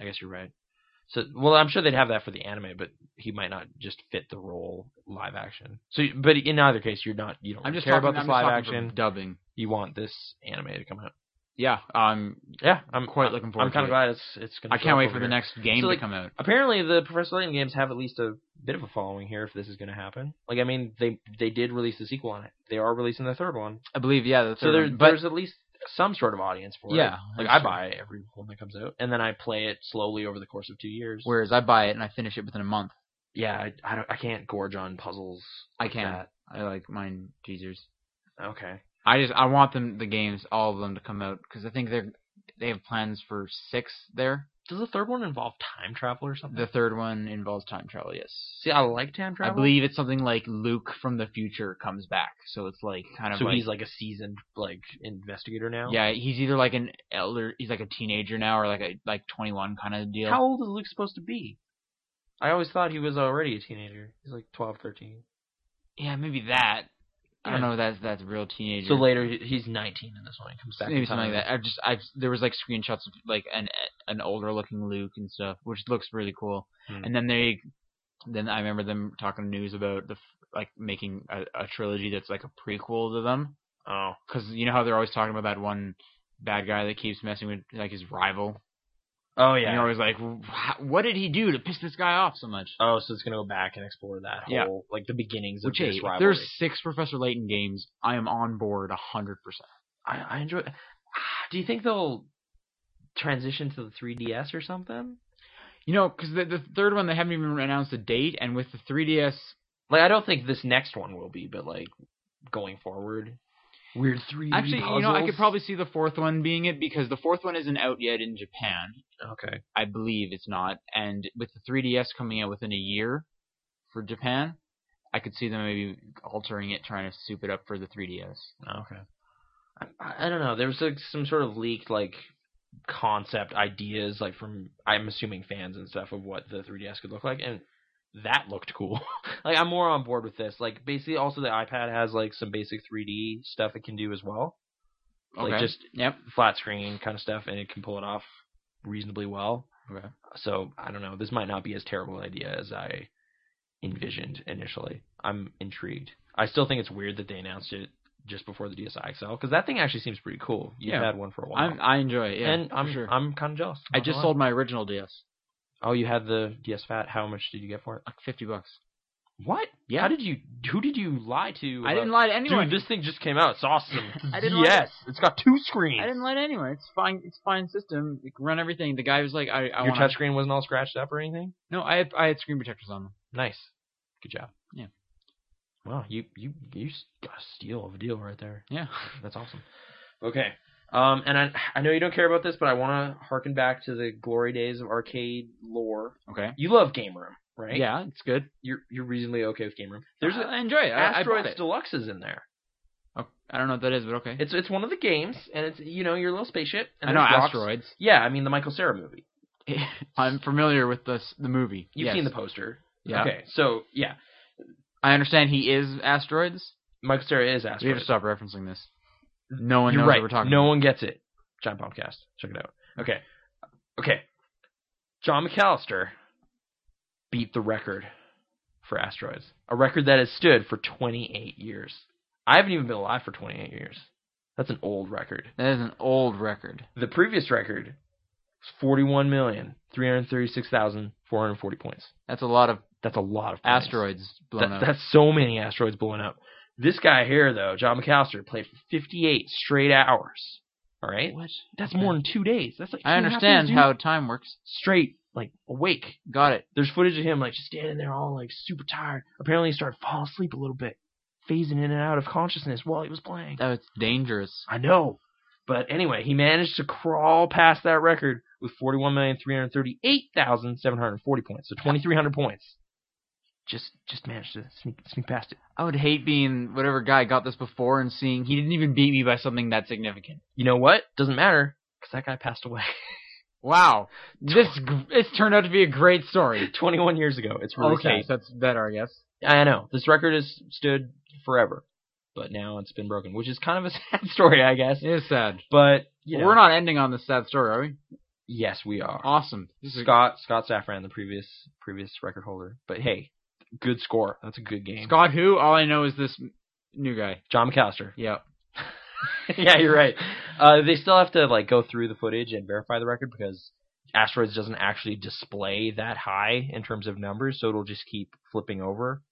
Speaker 2: I guess you're right. So well, I'm sure they'd have that for the anime, but he might not just fit the role live action. So, but in either case, you're not you don't
Speaker 1: I'm
Speaker 2: really
Speaker 1: just
Speaker 2: care
Speaker 1: talking
Speaker 2: about this
Speaker 1: I'm just
Speaker 2: live
Speaker 1: talking for
Speaker 2: action.
Speaker 1: dubbing.
Speaker 2: You want this anime to come out.
Speaker 1: Yeah. Um.
Speaker 2: Yeah, I'm
Speaker 1: Quite looking forward
Speaker 2: I'm kind
Speaker 1: to
Speaker 2: of
Speaker 1: it.
Speaker 2: glad it's it's gonna.
Speaker 1: I
Speaker 2: show
Speaker 1: can't
Speaker 2: up
Speaker 1: wait
Speaker 2: over
Speaker 1: for the
Speaker 2: here.
Speaker 1: next game
Speaker 2: So, like,
Speaker 1: to come out.
Speaker 2: apparently the Professor Layton games have at least a bit of a following here if this is going to happen. Like I mean, they they did release the sequel on it. They are releasing the third one,
Speaker 1: I believe. Yeah. The
Speaker 2: so
Speaker 1: third
Speaker 2: there,
Speaker 1: one. But
Speaker 2: there's at least some sort of audience for it.
Speaker 1: Yeah,
Speaker 2: like
Speaker 1: that's
Speaker 2: I
Speaker 1: true.
Speaker 2: buy every one that comes out, and then I play it slowly over the course of two years.
Speaker 1: whereas I buy it and I finish it within a month.
Speaker 2: yeah, I I, don't, I can't gorge on puzzles.
Speaker 1: I
Speaker 2: like
Speaker 1: can.
Speaker 2: that.
Speaker 1: I like mine teasers.
Speaker 2: Okay.
Speaker 1: I just I want them the games all of them to come out because I think they're they have plans for six there.
Speaker 2: Does the third one involve time travel or something?
Speaker 1: The third one involves time travel. Yes,
Speaker 2: See, I like time
Speaker 1: I
Speaker 2: travel.
Speaker 1: believe it's something like Luke from the future comes back, so it's like kind of
Speaker 2: So
Speaker 1: like,
Speaker 2: he's like a seasoned like investigator now.
Speaker 1: yeah, he's either like an elder, he's like a teenager now, or like a like twenty one kind of deal.
Speaker 2: How old is Luke supposed to be? I always thought he was already a teenager. He's like 12, 13.
Speaker 1: yeah, maybe that. I don't
Speaker 2: Yeah.
Speaker 1: know. If that's that's a real teenager.
Speaker 2: So later he- he's 19 in this one. He comes back.
Speaker 1: maybe
Speaker 2: in time.
Speaker 1: something like that. I just I there was like screenshots of like an an older looking Luke and stuff, which looks really cool.
Speaker 2: Hmm.
Speaker 1: And then they, then I remember them talking news about the f- like making a, a trilogy that's like a prequel to them,
Speaker 2: Oh,
Speaker 1: because you know how they're always talking about that one bad guy that keeps messing with like his rival.
Speaker 2: Oh
Speaker 1: And
Speaker 2: yeah.
Speaker 1: you're always like, "Wh- what did he do to piss this guy off so much?
Speaker 2: Oh, so it's gonna go back and explore that
Speaker 1: Yeah.
Speaker 2: whole like the beginnings of
Speaker 1: Which, hey,
Speaker 2: this
Speaker 1: if
Speaker 2: rivalry.
Speaker 1: there's six Professor Layton games, I am on board 100%.
Speaker 2: I, I enjoy. Do you think they'll transition to the 3DS or something?
Speaker 1: You know, because the, the third one, they haven't even announced a date, and with the 3DS,
Speaker 2: Like, I don't think this next one will be, but like going forward, weird three.
Speaker 1: actually, you know, I could probably see the fourth one being it because the fourth one isn't out yet in Japan.
Speaker 2: okay.
Speaker 1: I believe it's not. And with the 3DS coming out within a year for Japan, I could see them maybe altering it, trying to soup it up for the 3DS.
Speaker 2: Okay. I, I I don't know. There was like some sort of leaked like concept ideas, like from I'm assuming fans and stuff of what the 3DS could look like, and that looked cool. like I'm more on board with this. Like basically, also the iPad has like some basic 3D stuff it can do as well, like
Speaker 1: Okay.
Speaker 2: just
Speaker 1: yep.
Speaker 2: flat screen kind of stuff, and it can pull it off reasonably well.
Speaker 1: Okay.
Speaker 2: So I don't know. This might not be as terrible an idea as I envisioned initially. I'm intrigued. I still think it's weird that they announced it just before the DSi XL because that thing actually seems pretty cool. You've
Speaker 1: Yeah.
Speaker 2: had one for a while,
Speaker 1: I'm, I enjoy it. Yeah,
Speaker 2: and
Speaker 1: for
Speaker 2: I'm
Speaker 1: sure.
Speaker 2: I'm kind of jealous.
Speaker 1: I
Speaker 2: not
Speaker 1: just
Speaker 2: gonna lie.
Speaker 1: sold my original DS,
Speaker 2: Oh, you had the DS Fat. How much did you get for it?
Speaker 1: like 50 bucks.
Speaker 2: What?
Speaker 1: Yeah.
Speaker 2: How did you? Who did you lie to?
Speaker 1: I
Speaker 2: about-
Speaker 1: didn't lie to anyone.
Speaker 2: Dude, this thing just came out. It's awesome.
Speaker 1: I didn't lie to-
Speaker 2: yes, it's got two screens.
Speaker 1: I didn't lie to anyone. It's fine. It's fine system. You can run everything. The guy was like, I, I
Speaker 2: Your
Speaker 1: want.
Speaker 2: touchscreen wasn't all scratched up or anything.
Speaker 1: No, I had, I had screen protectors on them.
Speaker 2: Nice. Good job.
Speaker 1: Yeah.
Speaker 2: Wow, you you you s- got a steal of a deal right there.
Speaker 1: Yeah.
Speaker 2: That's awesome. Okay. Um, and I I know you don't care about this, but I want to harken back to the glory days of arcade lore.
Speaker 1: Okay.
Speaker 2: You love Game Room, right?
Speaker 1: Yeah, it's good.
Speaker 2: You're you're reasonably okay with Game Room. There's
Speaker 1: I
Speaker 2: a,
Speaker 1: I enjoy it. I, I bought
Speaker 2: Uh, Asteroids
Speaker 1: it.
Speaker 2: Deluxe is in there.
Speaker 1: Oh, I don't know what that is, but okay.
Speaker 2: It's it's one of the games, and it's you know your little spaceship. And
Speaker 1: I know
Speaker 2: there's rocks.
Speaker 1: asteroids.
Speaker 2: Yeah, I mean the Michael Cera movie.
Speaker 1: I'm familiar with this the movie.
Speaker 2: You've
Speaker 1: Yes.
Speaker 2: seen the poster.
Speaker 1: Yeah.
Speaker 2: Okay, so yeah,
Speaker 1: I understand he is asteroids.
Speaker 2: Michael Cera is asteroids.
Speaker 1: We have to stop referencing this. No one
Speaker 2: You're
Speaker 1: knows
Speaker 2: right.
Speaker 1: what we're talking
Speaker 2: no
Speaker 1: about.
Speaker 2: one gets it. John Podcast. Check it out. Okay. Okay. John McAllister beat the record for asteroids. A record that has stood for 28 years. I haven't even been alive for 28 years. That's an old record.
Speaker 1: That is an old record.
Speaker 2: The previous record was 41,336,440 points.
Speaker 1: That's a lot of
Speaker 2: That's a lot of points.
Speaker 1: asteroids blown
Speaker 2: That,
Speaker 1: up.
Speaker 2: That's so many asteroids blowing up. This guy here, though, John McAllister, played for 58 straight hours. All right?
Speaker 1: What?
Speaker 2: That's more than two days. That's like two
Speaker 1: I
Speaker 2: and a half
Speaker 1: understand
Speaker 2: days, dude.
Speaker 1: how time works.
Speaker 2: straight like awake.
Speaker 1: Got it.
Speaker 2: There's footage of him like just standing there all like super tired. Apparently he started falling asleep a little bit, phasing in and out of consciousness while he was playing.
Speaker 1: That was dangerous.
Speaker 2: I know. But anyway, he managed to crawl past that record with 41,338,740 points. So 2300 points. Just just managed to sneak sneak past it.
Speaker 1: I would hate being whatever guy got this before and seeing he didn't even beat me by something that significant.
Speaker 2: You know what? Doesn't matter cuz that guy passed away
Speaker 1: Wow, this gr- it's turned out to be a great story.
Speaker 2: 21 years ago. It's really sad.
Speaker 1: okay, so that's better, I guess.
Speaker 2: I know this record has stood forever, but now it's been broken, which is kind of a sad story, I guess.
Speaker 1: It is sad.
Speaker 2: But you know,
Speaker 1: We're not ending on this sad story, are we?
Speaker 2: Yes, we are.
Speaker 1: Awesome. This is
Speaker 2: Scott Scott Safran, the previous previous record holder. But hey, good score. That's a good game.
Speaker 1: Scott. Who? All I know is this m- new guy.
Speaker 2: John McAllister.
Speaker 1: Yeah.
Speaker 2: yeah, you're right. Uh, they still have to like go through the footage and verify the record because asteroids doesn't actually display that high in terms of numbers, so it'll just keep flipping over.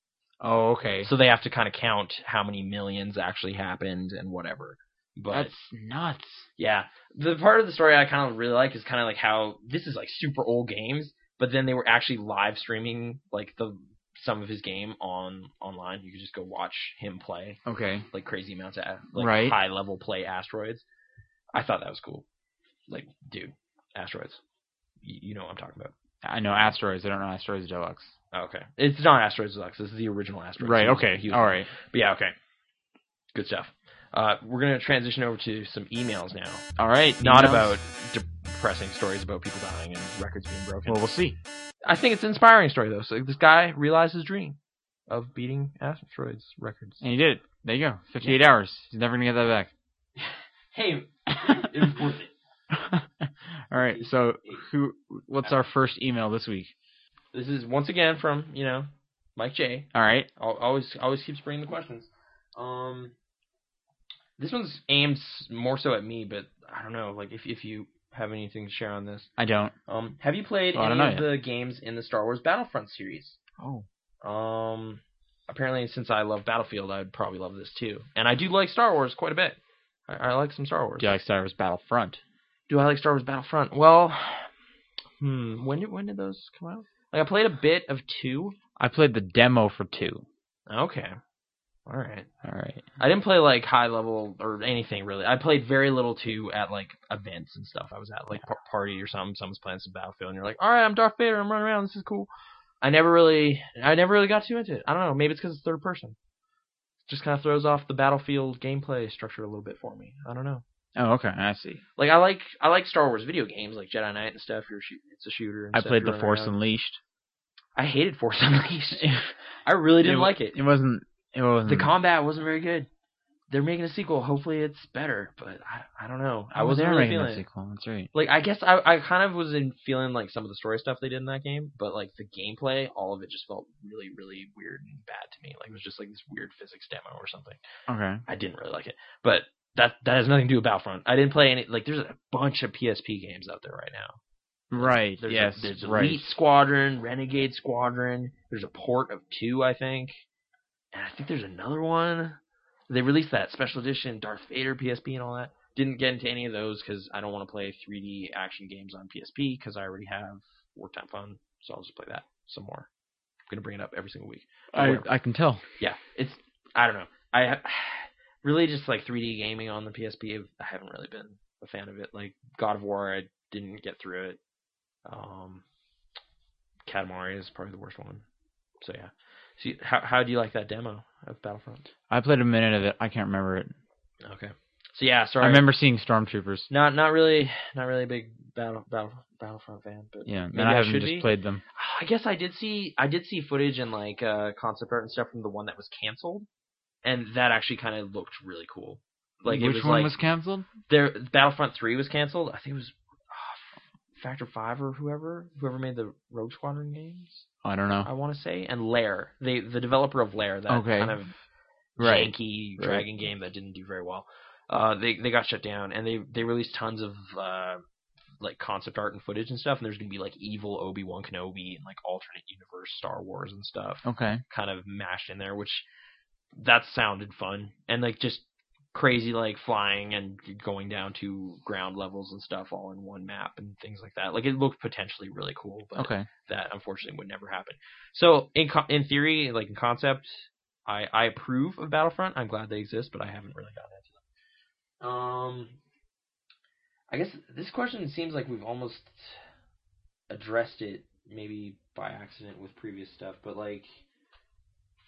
Speaker 1: Oh, okay.
Speaker 2: So they have to kind of count how many millions actually happened and whatever. But
Speaker 1: that's nuts.
Speaker 2: Yeah. The part of the story I kind of really like is kind of like how this is like super old games, but then they were actually live streaming like the some of his game on online. You could just go watch him play
Speaker 1: Okay.
Speaker 2: like crazy amounts of a- like
Speaker 1: Right.
Speaker 2: high level play asteroids. I thought that was cool. Like, dude, asteroids. Y- you know what I'm talking about. Oh,
Speaker 1: I know asteroids. I don't know asteroids deluxe.
Speaker 2: okay. It's not asteroids deluxe. This is the original asteroids.
Speaker 1: Right.
Speaker 2: He was-
Speaker 1: Okay.
Speaker 2: he was-
Speaker 1: All right.
Speaker 2: But yeah. Okay. Good stuff. Uh, we're gonna transition over to some emails now.
Speaker 1: All right.
Speaker 2: not
Speaker 1: emails.
Speaker 2: about depressing stories about people dying and records being broken.
Speaker 1: Well, we'll see.
Speaker 2: I think it's an inspiring story though. So this guy realized his dream of beating asteroids records.
Speaker 1: And he did it. There you go. Fifty-eight hours. He's never gonna get that back.
Speaker 2: Hey,
Speaker 1: All right. So who? What's our first email this week?
Speaker 2: This is once again from you know Mike J.
Speaker 1: All right.
Speaker 2: Al- Always always keeps bringing the questions. Um, this one's aimed s- more so at me, but I don't know. Like if if you have anything to share on this.
Speaker 1: I don't.
Speaker 2: Um, have you played
Speaker 1: Oh, I
Speaker 2: any
Speaker 1: don't
Speaker 2: of
Speaker 1: know
Speaker 2: the games in the Star Wars Battlefront series?
Speaker 1: Oh.
Speaker 2: Um, apparently, since I love Battlefield, I would probably love this too. And I do like Star Wars quite a bit. I, I like some Star Wars.
Speaker 1: Do you like Star Wars Battlefront?
Speaker 2: Do I like Star Wars Battlefront? Well, hmm. When did when did those come out? Like I played a bit of two.
Speaker 1: I played the demo for two.
Speaker 2: Okay. All right.
Speaker 1: All right.
Speaker 2: I didn't play like high level or anything really. I played very little two at like events and stuff. I was at like par party or something. Someone's playing some Battlefield, and you're like, "All right, I'm Darth Vader. I'm running around. This is cool." I never really, I never really got too into it. I don't know. Maybe it's because it's third person. Just kind of throws off the Battlefield gameplay structure a little bit for me. I don't know.
Speaker 1: Oh, okay. I see.
Speaker 2: Like I like I like Star Wars video games like Jedi Knight and stuff. You're shoot, it's a shooter. And
Speaker 1: I
Speaker 2: stuff,
Speaker 1: played
Speaker 2: you're
Speaker 1: The
Speaker 2: running
Speaker 1: Force
Speaker 2: around.
Speaker 1: Unleashed.
Speaker 2: I hated Force Unleashed. I really didn't
Speaker 1: It-
Speaker 2: like it.
Speaker 1: It wasn't. It wasn't.
Speaker 2: The combat wasn't very good. They're making a sequel. Hopefully, it's better. But I, I don't know. I
Speaker 1: Oh,
Speaker 2: wasn't
Speaker 1: they're
Speaker 2: really
Speaker 1: making a
Speaker 2: feeling. it.
Speaker 1: sequel. That's right.
Speaker 2: Like I guess I, I kind of was in feeling like some of the story stuff they did in that game, but like the gameplay, all of it just felt really, really weird and bad to me. Like it was just like this weird physics demo or something.
Speaker 1: Okay.
Speaker 2: I didn't really like it. But that that has nothing to do with Battlefront. I didn't play any. Like there's a bunch of PSP games out there right now.
Speaker 1: Right.
Speaker 2: There's
Speaker 1: yes.
Speaker 2: a, there's
Speaker 1: right.
Speaker 2: Elite Squadron, Renegade Squadron. There's a port of two, I think, and I think there's another one. They released that special edition Darth Vader PSP and all that. Didn't get into any of those because I don't want to play 3D action games on PSP because I already have Wartime Fun, so I'll just play that some more. I'm gonna bring it up every single week.
Speaker 1: I,
Speaker 2: whatever.
Speaker 1: I can tell.
Speaker 2: Yeah, it's I don't know. I ha- really just like 3D gaming on the PSP. I haven't really been a fan of it. Like God of War, I didn't get through it. Um, Katamari is probably the worst one. So yeah. So you- how how do you like that demo of Battlefront?
Speaker 1: I played a minute of it. I can't remember it.
Speaker 2: Okay. So yeah, sorry.
Speaker 1: I remember seeing stormtroopers.
Speaker 2: not not really not really a big battle, battle Battlefront fan, but
Speaker 1: Yeah, and
Speaker 2: Maybe I
Speaker 1: I haven't
Speaker 2: should
Speaker 1: just
Speaker 2: be.
Speaker 1: played them.
Speaker 2: I guess I did see I did see footage and like uh, concept art and stuff from the one that was canceled, and that actually kind of looked really cool. Like it
Speaker 1: which
Speaker 2: was
Speaker 1: one
Speaker 2: like,
Speaker 1: was canceled?
Speaker 2: there Battlefront Three was canceled. I think it was uh, Factor Five or whoever whoever made the Rogue Squadron games.
Speaker 1: I don't know.
Speaker 2: I want to say and Lair, the the developer of Lair, that
Speaker 1: Okay.
Speaker 2: kind of
Speaker 1: Right.
Speaker 2: janky
Speaker 1: Right.
Speaker 2: dragon game that didn't do very well. Uh, they they got shut down and they they released tons of uh, like concept art and footage and stuff. And there's gonna be like evil Obi Wan Kenobi and like alternate universe Star Wars and stuff
Speaker 1: Okay.
Speaker 2: kind of mashed in there, which that sounded fun and like just crazy like flying and going down to ground levels and stuff all in one map and things like that. Like it looked potentially really cool, but
Speaker 1: Okay.
Speaker 2: that unfortunately would never happen. So in co- in theory, like in concept, I I approve of Battlefront. I'm glad they exist, but I haven't really gotten into them. Um, I guess this question seems like we've almost addressed it maybe by accident with previous stuff, but like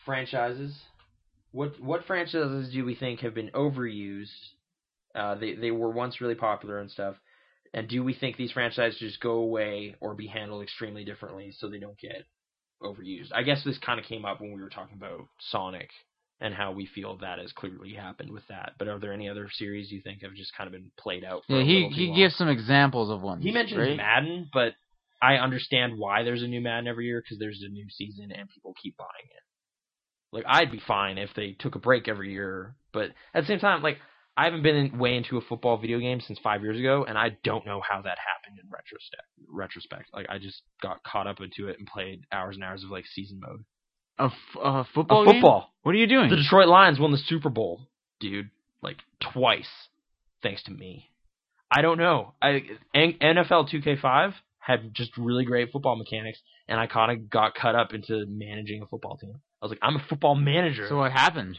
Speaker 2: franchises, what what franchises do we think have been overused? Uh, they they were once really popular and stuff. And do we think these franchises just go away or be handled extremely differently so they don't get overused? I guess this kind of came up when we were talking about Sonic and how we feel that has clearly happened with that. But are there any other series you think have just kind of been played out? For
Speaker 1: Yeah,
Speaker 2: a
Speaker 1: he
Speaker 2: little too
Speaker 1: he
Speaker 2: long?
Speaker 1: gives some examples of ones.
Speaker 2: He mentions
Speaker 1: right?
Speaker 2: Madden, but I understand why there's a new Madden every year because there's a new season and people keep buying it. Like I'd be fine if they took a break every year, but at the same time, like I haven't been in, way into a football video game since five years ago, and I don't know how that happened in retrospect. Retrospect, like I just got caught up into it and played hours and hours of like season mode.
Speaker 1: A f- a
Speaker 2: A
Speaker 1: football. game?
Speaker 2: football.
Speaker 1: What are you doing?
Speaker 2: The Detroit Lions won the Super Bowl, dude, like twice, thanks to me. I don't know. I N- NFL 2K5 had just really great football mechanics, and I kind of got cut up into managing a football team. I was like, I'm a football manager.
Speaker 1: So what happened?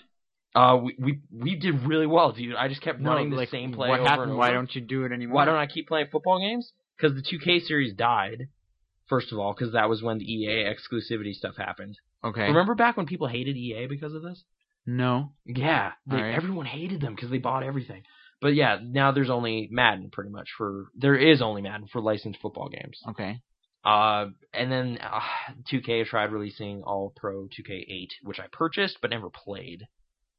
Speaker 2: uh, we, we we did really well, dude. I just kept running
Speaker 1: no,
Speaker 2: the
Speaker 1: like,
Speaker 2: same play.
Speaker 1: What
Speaker 2: over
Speaker 1: happened?
Speaker 2: and
Speaker 1: Why
Speaker 2: over.
Speaker 1: don't you do it anymore?
Speaker 2: Why don't I keep playing football games? Because the 2K series died. First of all, because that was when the EA exclusivity stuff happened.
Speaker 1: Okay.
Speaker 2: Remember back when people hated EA because of this?
Speaker 1: No.
Speaker 2: Yeah, they,
Speaker 1: Alright.
Speaker 2: everyone hated them because they bought everything. But yeah, now there's only Madden pretty much for there is only Madden for licensed football games.
Speaker 1: Okay.
Speaker 2: Uh, and then uh, 2K tried releasing All Pro 2K8, which I purchased but never played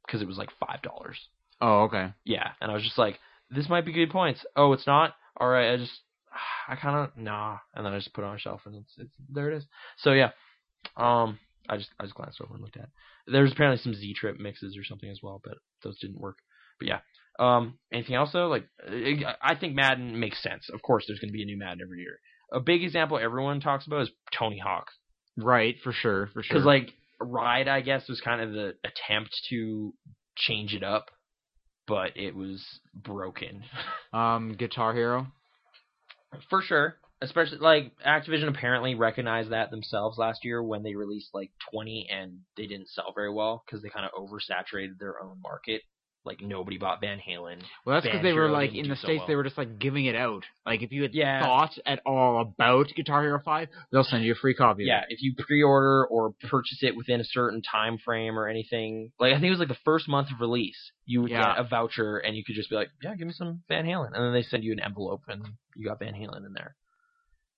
Speaker 2: because it was like five dollars.
Speaker 1: Oh, okay.
Speaker 2: Yeah, and I was just like, this might be good points. Oh, it's not. All right, I just I kind of nah, and then I just put it on a shelf and it's, it's there it is. So yeah, um, I just I just glanced over and looked at. It. There's apparently some Z Trip mixes or something as well, but those didn't work. But yeah, Um, anything else though? Like, I I think Madden makes sense. Of course, there's going to be a new Madden every year. A big example everyone talks about is Tony Hawk,
Speaker 1: Right, for sure, for sure.
Speaker 2: because like Ride, I guess, was kind of the attempt to change it up, but it was broken
Speaker 1: um, Guitar Hero.
Speaker 2: for sure. Especially like Activision apparently recognized that themselves last year when they released like 20 and they didn't sell very well because they kind of oversaturated their own market. Like nobody bought Van Halen.
Speaker 1: Well, that's because they were
Speaker 2: Banjo
Speaker 1: like
Speaker 2: didn't
Speaker 1: in
Speaker 2: do
Speaker 1: the
Speaker 2: so
Speaker 1: states
Speaker 2: well.
Speaker 1: they were just like giving it out. Like if you had
Speaker 2: Yeah.
Speaker 1: thought at all about Guitar Hero Five, they'll send you a free copy. of
Speaker 2: yeah, if you pre-order or purchase it within a certain time frame or anything, like I think it was like the first month of release, you would
Speaker 1: Yeah.
Speaker 2: get a voucher and you could just be like, "Yeah, give me some Van Halen," and then they send you an envelope and you got Van Halen in there.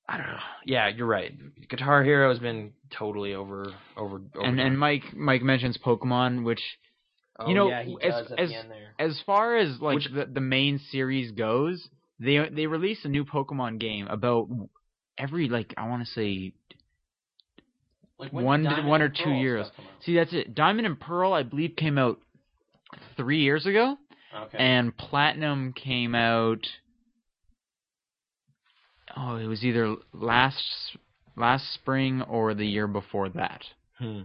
Speaker 2: I don't know. Yeah, you're right. Guitar Hero has been totally over over.
Speaker 1: it.
Speaker 2: over
Speaker 1: And and Mike Mike mentions Pokemon, which
Speaker 2: oh,
Speaker 1: you know,
Speaker 2: yeah, he
Speaker 1: as-
Speaker 2: does at
Speaker 1: as-
Speaker 2: the end there.
Speaker 1: as far as like
Speaker 2: Which-
Speaker 1: the, the main series goes, they they released a new Pokemon game about every like I want to say
Speaker 2: Like
Speaker 1: one- one or two years. see that's it. Diamond and Pearl I believe came out three years ago,
Speaker 2: Okay.
Speaker 1: and Platinum came out. Oh, it was either last last spring or the year before that.
Speaker 2: Hmm.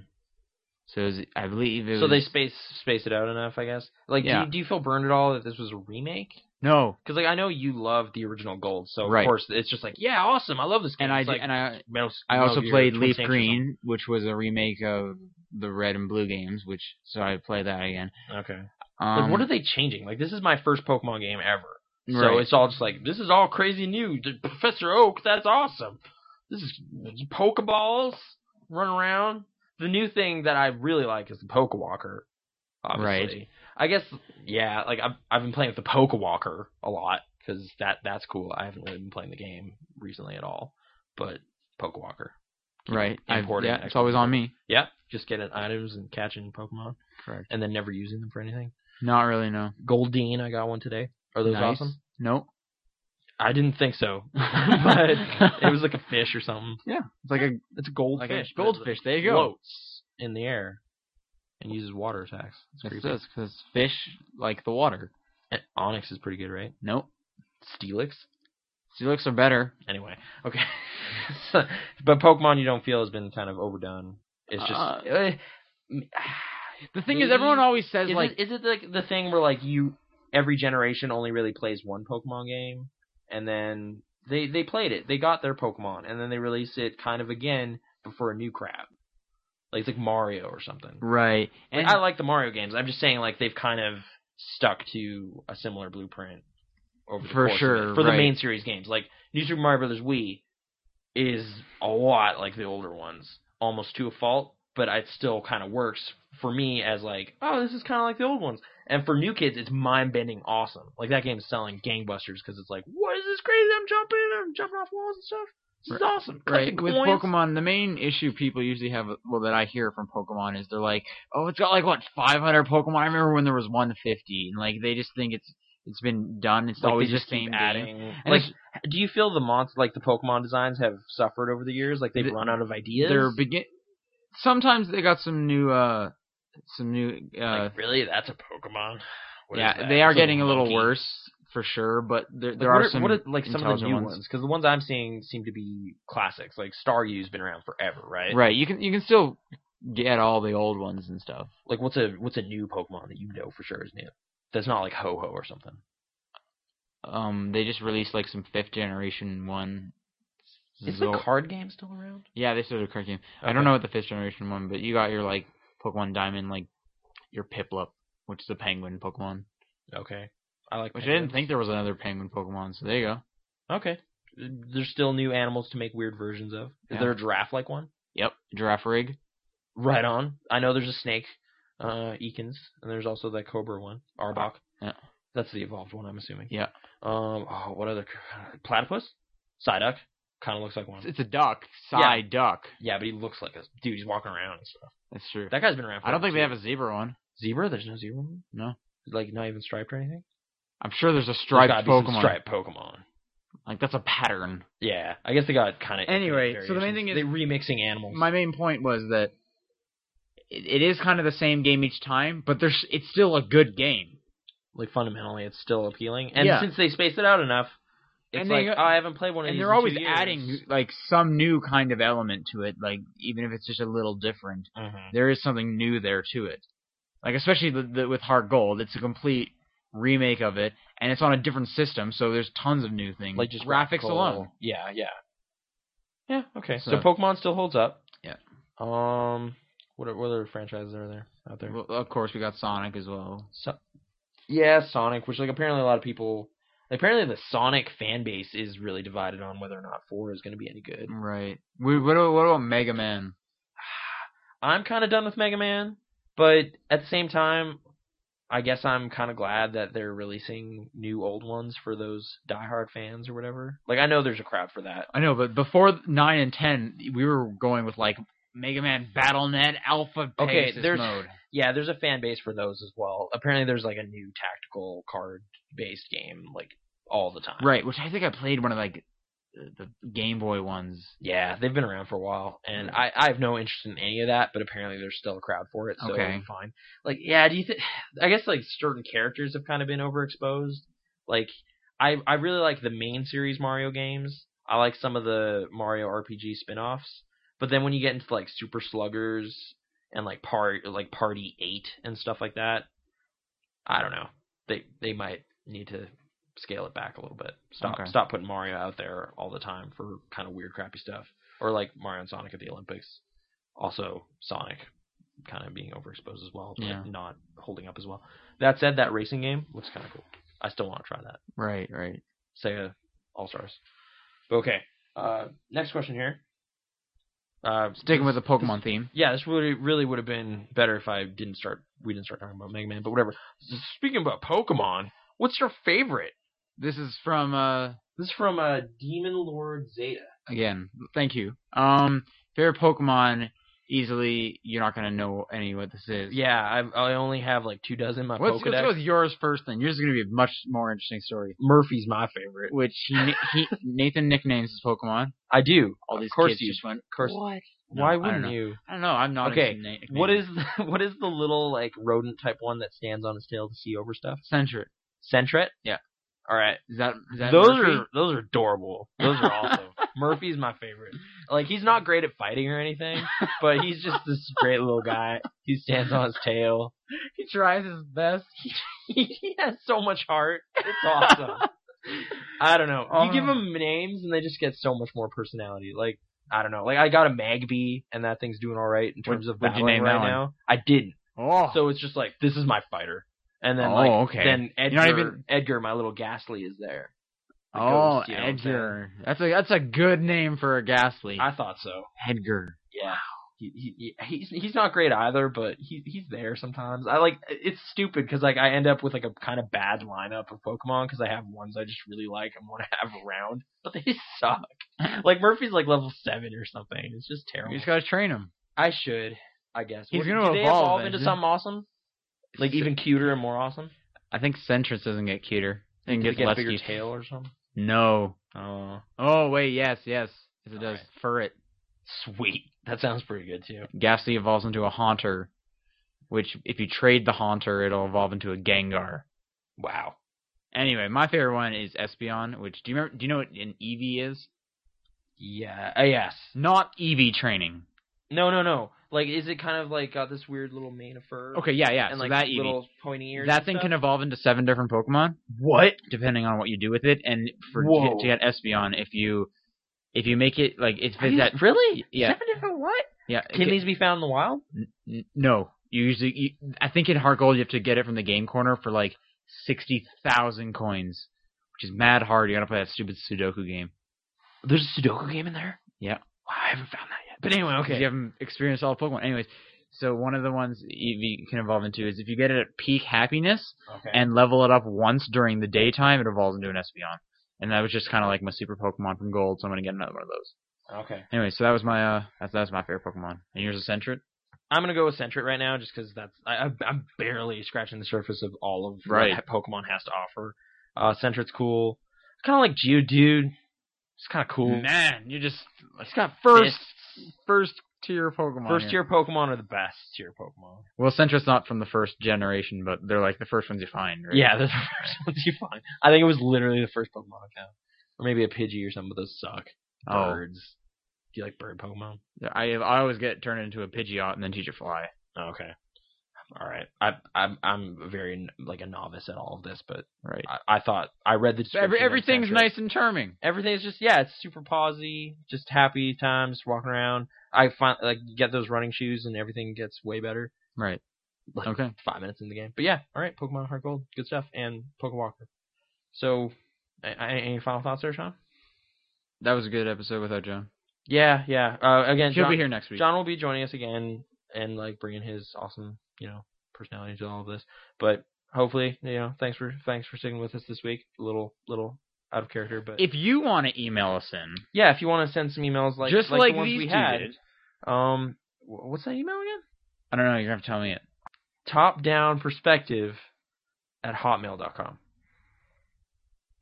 Speaker 1: So it was, I believe it
Speaker 2: So they
Speaker 1: was.
Speaker 2: space space it out enough, I guess. Like, do,
Speaker 1: Yeah.
Speaker 2: you, do you feel burned at all that this was a remake?
Speaker 1: no,
Speaker 2: Because like I know you love the original Gold, so
Speaker 1: Right.
Speaker 2: of course it's just like yeah, awesome, I love this game.
Speaker 1: and I
Speaker 2: It's
Speaker 1: d-
Speaker 2: like,
Speaker 1: and I
Speaker 2: Metal-
Speaker 1: I
Speaker 2: Metal
Speaker 1: also
Speaker 2: Gear,
Speaker 1: played
Speaker 2: Twin
Speaker 1: Leaf
Speaker 2: Snakes or
Speaker 1: Green, which was a remake of the Red and Blue games, which so I played that again.
Speaker 2: something. Okay.
Speaker 1: Um,
Speaker 2: like what are they changing? Like this is my first Pokemon game ever, so
Speaker 1: right.
Speaker 2: it's all just like this is all crazy new. D- Professor Oak, that's awesome. This is Pokeballs run around. The new thing that I really like is the Pokewalker. Obviously, I guess yeah. Like I've I've been playing with the Pokewalker a lot because that that's cool. I haven't really been playing the game recently at all, but Pokewalker.
Speaker 1: right? I've-
Speaker 2: imported
Speaker 1: yeah,
Speaker 2: and
Speaker 1: it's always on me.
Speaker 2: Yeah, just getting items and catching Pokemon,
Speaker 1: Correct.
Speaker 2: and then never using them for anything.
Speaker 1: Not really. No.
Speaker 2: Goldeen, I got one today. Are those
Speaker 1: Nice.
Speaker 2: awesome?
Speaker 1: Nope.
Speaker 2: I didn't think so, but it was like a fish or something.
Speaker 1: Yeah, it's like a
Speaker 2: It's a goldfish.
Speaker 1: like a
Speaker 2: but
Speaker 1: goldfish. There
Speaker 2: It
Speaker 1: you go.
Speaker 2: floats in the air and uses water attacks. It's
Speaker 1: That's
Speaker 2: creepy.
Speaker 1: because fish like the water.
Speaker 2: And Onyx is pretty good, right?
Speaker 1: Nope.
Speaker 2: Steelix.
Speaker 1: Steelix are better.
Speaker 2: Anyway, okay. So- but Pokemon, you don't feel has been kind of overdone. It's just.
Speaker 1: Uh,
Speaker 2: eh,
Speaker 1: The thing is,
Speaker 2: Maybe-
Speaker 1: everyone always says
Speaker 2: is
Speaker 1: like
Speaker 2: it, is it like the thing where like you every generation only really plays one Pokemon game, and then they they played it, they got their Pokemon, and then they release it kind of again but for a new crowd, like it's like Mario or something.
Speaker 1: right.
Speaker 2: Like,
Speaker 1: And
Speaker 2: I like the Mario games. I'm just saying like they've kind of stuck to a similar blueprint over the
Speaker 1: For
Speaker 2: course of
Speaker 1: sure,
Speaker 2: it, for
Speaker 1: right.
Speaker 2: the main series games. Like New Super Mario Brothers Wii is a lot like the older ones, almost to a fault, but it still kind of works for me as like, oh, this is kind of like the old ones. And for new kids, it's mind-bending awesome. Like that game's selling gangbusters because it's like, what is this crazy? I'm jumping, I'm jumping off walls and stuff. This is awesome. Cut
Speaker 1: right
Speaker 2: the
Speaker 1: with
Speaker 2: coins.
Speaker 1: Pokemon, the main issue people usually have, well, that I hear from Pokemon is they're like, oh, it's got like what 500 Pokemon. I remember when there was 150, and like they just think it's it's been done. It's
Speaker 2: Like, they
Speaker 1: always
Speaker 2: just
Speaker 1: the
Speaker 2: keep
Speaker 1: same game.
Speaker 2: adding.
Speaker 1: And
Speaker 2: like,
Speaker 1: it's-
Speaker 2: do you feel the monster like the Pokemon designs have suffered over the years? Like they've
Speaker 1: The-
Speaker 2: run out of ideas.
Speaker 1: They're begin. Sometimes they got some new, uh, some new. Uh,
Speaker 2: like, really, that's a Pokemon. What is
Speaker 1: yeah,
Speaker 2: that?
Speaker 1: they are
Speaker 2: It's
Speaker 1: getting a little
Speaker 2: monkey.
Speaker 1: worse for sure, but there
Speaker 2: Like,
Speaker 1: there
Speaker 2: what
Speaker 1: are,
Speaker 2: are
Speaker 1: some
Speaker 2: what are, like some of the
Speaker 1: intelligent
Speaker 2: new ones because the ones I'm seeing seem to be classics. Like Staryu's been around forever, right?
Speaker 1: Right, you can you can still get all the old ones and stuff.
Speaker 2: Like what's a what's a new Pokemon that you know for sure is new? That's not like Ho Ho or something.
Speaker 1: Um, they just released like some fifth generation one.
Speaker 2: Is
Speaker 1: Zor-
Speaker 2: the card game still around?
Speaker 1: Yeah, they still do card game. I don't
Speaker 2: Okay.
Speaker 1: know what the fifth generation one, but you got your like Pokemon Diamond, like your Piplup, which is a penguin Pokemon.
Speaker 2: Okay, I like.
Speaker 1: Which I
Speaker 2: penguins.
Speaker 1: didn't think there was another penguin Pokemon, so there you go.
Speaker 2: Okay, there's still new animals to make weird versions of. Is
Speaker 1: Yeah.
Speaker 2: there a giraffe like one?
Speaker 1: Yep, giraffe rig.
Speaker 2: Right on. I know there's a snake, uh, Eakins, and there's also that cobra one, Arbok.
Speaker 1: Yeah.
Speaker 2: That's the evolved one, I'm assuming.
Speaker 1: Yeah.
Speaker 2: Um. Oh, what other platypus? Psyduck. Kind of looks like one.
Speaker 1: It's a duck. Psy duck.
Speaker 2: Yeah, but he looks like a dude. He's walking around and stuff.
Speaker 1: That's true.
Speaker 2: That guy's been around.
Speaker 1: I don't
Speaker 2: forever,
Speaker 1: think they
Speaker 2: too.
Speaker 1: have a zebra one.
Speaker 2: zebra. There's no zebra. one?
Speaker 1: No.
Speaker 2: Like not even striped or anything.
Speaker 1: I'm sure there's a
Speaker 2: There's
Speaker 1: striped
Speaker 2: gotta be some
Speaker 1: Pokemon.
Speaker 2: Striped Pokemon.
Speaker 1: Like that's a pattern.
Speaker 2: Yeah, I guess they got kind of.
Speaker 1: Anyway, so the main thing is-
Speaker 2: they're remixing animals.
Speaker 1: My main point was that it, it is kind of the same game each time, but there's it's still a good game.
Speaker 2: Like fundamentally, it's still appealing. And
Speaker 1: Yeah.
Speaker 2: since they spaced it out enough, it's
Speaker 1: And
Speaker 2: like
Speaker 1: they-
Speaker 2: oh, I haven't played one of
Speaker 1: and
Speaker 2: these.
Speaker 1: they're
Speaker 2: in two
Speaker 1: always
Speaker 2: years.
Speaker 1: adding like some new kind of element to it, like even if it's just a little different,
Speaker 2: Mhm.
Speaker 1: there is something new there to it. Like especially the, the, with Heart Gold, it's a complete remake of it, and it's on a different system, so there's tons of new things.
Speaker 2: like just
Speaker 1: graphics
Speaker 2: graphical-
Speaker 1: alone.
Speaker 2: Yeah, yeah, yeah. Okay, so,
Speaker 1: So-
Speaker 2: Pokemon still holds up.
Speaker 1: Yeah.
Speaker 2: Um, what are, what other franchises are there out there?
Speaker 1: Well, of course, we got Sonic as well.
Speaker 2: So, yeah, Sonic, which like apparently a lot of people, apparently the Sonic fan base is really divided on whether or not four is going to be any good.
Speaker 1: Right. We, what, about, what about Mega Man?
Speaker 2: I'm kind of done with Mega Man, but at the same time, I guess I'm kind of glad that they're releasing new old ones for those diehard fans or whatever. Like I know there's a crowd for that.
Speaker 1: I know, but before nine and ten, we were going with like Mega Man BattleNet Alpha
Speaker 2: Okay,
Speaker 1: Pegasus
Speaker 2: there's-
Speaker 1: mode.
Speaker 2: Yeah, there's a fan base for those as well. Apparently, there's like a new tactical card based game like all the time.
Speaker 1: Right, which I think I played one of like the the Game Boy ones.
Speaker 2: Yeah, they've been around for a while, and
Speaker 1: Mm.
Speaker 2: I, I have no interest in any of that. But apparently, there's still a crowd for it, so
Speaker 1: Okay.
Speaker 2: fine. Like, yeah, do you think? I guess like certain characters have kind of been overexposed. Like, I I really like the main series Mario games. I like some of the Mario RPG spin-offs. But then when you get into like Super Sluggers and like part like Party Eight and stuff like that, I don't know. They they might need to scale it back a little bit. Stop
Speaker 1: Okay.
Speaker 2: stop putting Mario out there all the time for kind of weird crappy stuff. Or like Mario and Sonic at the Olympics. Also Sonic kind of being overexposed as well, but
Speaker 1: Yeah.
Speaker 2: not holding up as well. That said, that racing game looks kind of cool. I still want to try that.
Speaker 1: Right, right.
Speaker 2: Sega All Stars. But okay. Uh, next question here. Uh,
Speaker 1: Sticking with the Pokemon theme.
Speaker 2: yeah, this would really would have been better if I didn't start. We didn't start talking about Mega Man, but whatever. Speaking about Pokemon, what's your favorite?
Speaker 1: This is from uh
Speaker 2: This is from uh, Demon Lord Zeta.
Speaker 1: again, thank you. Um favorite Pokemon easily you're not gonna know any what this is.
Speaker 2: Yeah, I, I only have like two dozen in my
Speaker 1: Let's, let's
Speaker 2: Pokedex.
Speaker 1: go with yours first then. Yours is gonna be a much more interesting story.
Speaker 2: Murphy's my favorite.
Speaker 1: Which he, he Nathan nicknames his Pokemon.
Speaker 2: I do.
Speaker 1: All
Speaker 2: of
Speaker 1: these
Speaker 2: course
Speaker 1: kids
Speaker 2: you.
Speaker 1: just went
Speaker 2: course-
Speaker 1: What? No, I
Speaker 2: Why
Speaker 1: don't
Speaker 2: wouldn't
Speaker 1: know.
Speaker 2: you?
Speaker 1: I don't know, I'm not
Speaker 2: Okay,
Speaker 1: into nick-
Speaker 2: What is
Speaker 1: nicknames.
Speaker 2: the, what is the little like rodent type one that stands on its tail to see over stuff?
Speaker 1: Centret?
Speaker 2: Sentret.
Speaker 1: Yeah.
Speaker 2: All right.
Speaker 1: Is that is that
Speaker 2: those
Speaker 1: Murphy?
Speaker 2: are those are adorable. Those are awesome. Murphy's my favorite. Like he's not great at fighting or anything, but he's just this great little guy. He stands on his tail.
Speaker 1: he tries his best.
Speaker 2: He has so much heart. It's awesome. I don't know. You
Speaker 1: Oh.
Speaker 2: give them names and they just get so much more personality. Like I don't know. Like I got a Magby and that thing's doing all right in
Speaker 1: What-
Speaker 2: terms of
Speaker 1: what'd you
Speaker 2: battling
Speaker 1: name that
Speaker 2: right
Speaker 1: one?
Speaker 2: now. I didn't.
Speaker 1: Oh,
Speaker 2: So it's just like this is my fighter. And then
Speaker 1: Oh,
Speaker 2: like
Speaker 1: okay.
Speaker 2: then Edgar,
Speaker 1: You're not even-
Speaker 2: Edgar, my little Ghastly, is there. The
Speaker 1: oh,
Speaker 2: ghost, you know what I'm saying?
Speaker 1: Edgar. That's a that's a good name for a ghastly.
Speaker 2: I thought so.
Speaker 1: Edgar.
Speaker 2: Yeah. He, he, he- he's he's not great either, but he he's there sometimes. I like it's stupid because like I end up with like a kind of bad lineup of Pokemon because I have ones I just really like and want to have around, but they suck. like Murphy's like level seven or something. It's just
Speaker 1: You
Speaker 2: terrible.
Speaker 1: just gotta train him.
Speaker 2: I should, I guess.
Speaker 1: He's
Speaker 2: What-
Speaker 1: gonna
Speaker 2: do they
Speaker 1: evolve
Speaker 2: evolve into
Speaker 1: eventually.
Speaker 2: something awesome, like even cuter and more awesome.
Speaker 1: I think Centris doesn't get cuter. I think
Speaker 2: Does it
Speaker 1: it
Speaker 2: get
Speaker 1: gets
Speaker 2: a
Speaker 1: less
Speaker 2: bigger
Speaker 1: cute.
Speaker 2: tail or something.
Speaker 1: No.
Speaker 2: Oh,
Speaker 1: Oh wait, yes, yes. Yes, it does.
Speaker 2: Alright.
Speaker 1: Furret.
Speaker 2: sweet. That sounds pretty good too.
Speaker 1: Ghastly evolves into a Haunter, which if you trade the Haunter, it'll evolve into a Gengar.
Speaker 2: Wow.
Speaker 1: Anyway, my favorite one is Espeon, which do you remember, do you know what an EV is?
Speaker 2: Yeah. Uh, yes.
Speaker 1: Not EV training.
Speaker 2: No, no, no. Like, is it kind of like got this weird little mane of fur?
Speaker 1: Okay, yeah, yeah.
Speaker 2: and
Speaker 1: so
Speaker 2: like
Speaker 1: that EV.
Speaker 2: little pointy ears.
Speaker 1: That thing can evolve into seven different Pokemon.
Speaker 2: what?
Speaker 1: depending on what you do with it. And for
Speaker 2: Whoa.
Speaker 1: to, to get Espeon, if you if you make it like if
Speaker 2: Are
Speaker 1: that
Speaker 2: you- really?
Speaker 1: yeah.
Speaker 2: Seven different what?
Speaker 1: yeah
Speaker 2: Can
Speaker 1: okay,
Speaker 2: these be found in the wild?
Speaker 1: n- no you usually you, I think in Heart Gold you have to get it from the game corner for like sixty thousand coins, which is mad hard. You gotta play that stupid Sudoku game.
Speaker 2: There's a Sudoku game in there.
Speaker 1: Yeah.
Speaker 2: Wow, I haven't found that yet. But anyway,
Speaker 1: 'Cause
Speaker 2: okay.
Speaker 1: You haven't experienced all of Pokemon, anyways. So one of the ones you you can evolve into is if you get it at peak happiness
Speaker 2: okay.
Speaker 1: and level it up once during the daytime, it evolves into an Espeon. And that was just kind of like my super Pokemon from Gold, so I'm gonna get another one of those.
Speaker 2: okay.
Speaker 1: Anyway, so that was my uh, that's that's my favorite Pokemon. And yours is Sentret,
Speaker 2: I'm gonna go with Sentret right now, just because that's I, I'm- I'm barely scratching the surface of all of
Speaker 1: Right.
Speaker 2: what Pokemon has to offer. Uh, Sentret's cool. Kind of like Geodude. It's kind of cool.
Speaker 1: Man, you just
Speaker 2: It's got first
Speaker 1: first tier Pokemon.
Speaker 2: First tier
Speaker 1: here.
Speaker 2: Pokemon are the best tier Pokemon.
Speaker 1: Well, Sentra's not from the first generation, but they're like the first ones you find. Right?
Speaker 2: Yeah, they're the first ones you find. I think it was literally the first Pokemon I found. Or maybe a Pidgey or something, but those suck.
Speaker 1: Oh.
Speaker 2: Birds. Do you like bird Pokemon?
Speaker 1: I I always get turned into a Pidgeot and then Teacherfly.
Speaker 2: Oh, okay. All right. I I'm I'm very n- like a novice at all of this, but
Speaker 1: Right.
Speaker 2: I, I thought I read the
Speaker 1: So
Speaker 2: description
Speaker 1: every,
Speaker 2: of
Speaker 1: everything's
Speaker 2: Sentra.
Speaker 1: nice and charming.
Speaker 2: Everything's just yeah, it's super posy, just happy times, walking around. I find like get those running shoes and everything gets way better.
Speaker 1: Right.
Speaker 2: Like,
Speaker 1: Okay.
Speaker 2: five minutes in the game. But yeah, all right, Pokemon Heart Gold, good stuff, and Pokewalker. So, a- a- any final thoughts there, Sean?
Speaker 1: That was a good episode without John.
Speaker 2: Yeah, yeah. Uh, again,
Speaker 1: He'll
Speaker 2: John,
Speaker 1: be here next week.
Speaker 2: John will be joining us again and like bringing his awesome, you know, personality to all of this. But hopefully, you know, thanks for thanks for sticking with us this week. A little little out of character, but
Speaker 1: If you want to email us in,
Speaker 2: yeah, if you want to send some emails like
Speaker 1: just
Speaker 2: like,
Speaker 1: like,
Speaker 2: the ones
Speaker 1: these
Speaker 2: we
Speaker 1: two
Speaker 2: had,
Speaker 1: did.
Speaker 2: um, wh- what's that email again?
Speaker 1: I don't know. You're gonna have to tell me it.
Speaker 2: top down perspective at hotmail.com.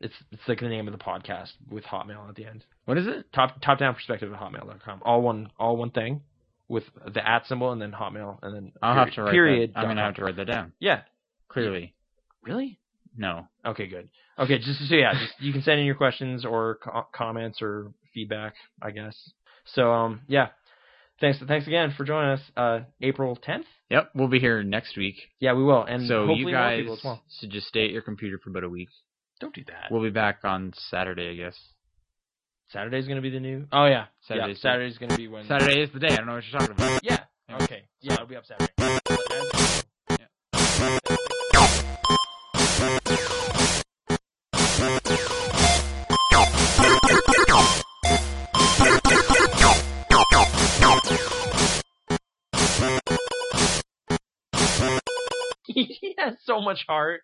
Speaker 2: It's it's like the name of the podcast with hotmail at the end.
Speaker 1: What is it?
Speaker 2: Top top down perspective at hotmail.com. All one all one thing with the at symbol and then hotmail and then
Speaker 1: I'll
Speaker 2: peri-
Speaker 1: have to write.
Speaker 2: period.
Speaker 1: That. I'm gonna
Speaker 2: dot
Speaker 1: have to
Speaker 2: com.
Speaker 1: write that down.
Speaker 2: Yeah.
Speaker 1: Clearly,
Speaker 2: Really?
Speaker 1: no.
Speaker 2: Okay, good. Okay, just so yeah, just, you can send in your questions or co- comments or feedback, I guess. So um yeah. Thanks thanks again for joining us uh April 10th.
Speaker 1: Yep, we'll be here next week.
Speaker 2: Yeah, we will. And
Speaker 1: so
Speaker 2: hopefully
Speaker 1: you
Speaker 2: more
Speaker 1: guys
Speaker 2: people as well.
Speaker 1: should just stay at your computer for about a week.
Speaker 2: Don't do that.
Speaker 1: We'll be back on Saturday, I guess.
Speaker 2: Saturday's gonna be the new. Oh yeah,
Speaker 1: Saturday's
Speaker 2: yeah, Saturday's gonna be when.
Speaker 1: Saturday is the day. I don't know what you're talking about.
Speaker 2: Yeah.
Speaker 1: Yeah.
Speaker 2: Okay. Yeah, it'll be up Saturday. he has so much heart.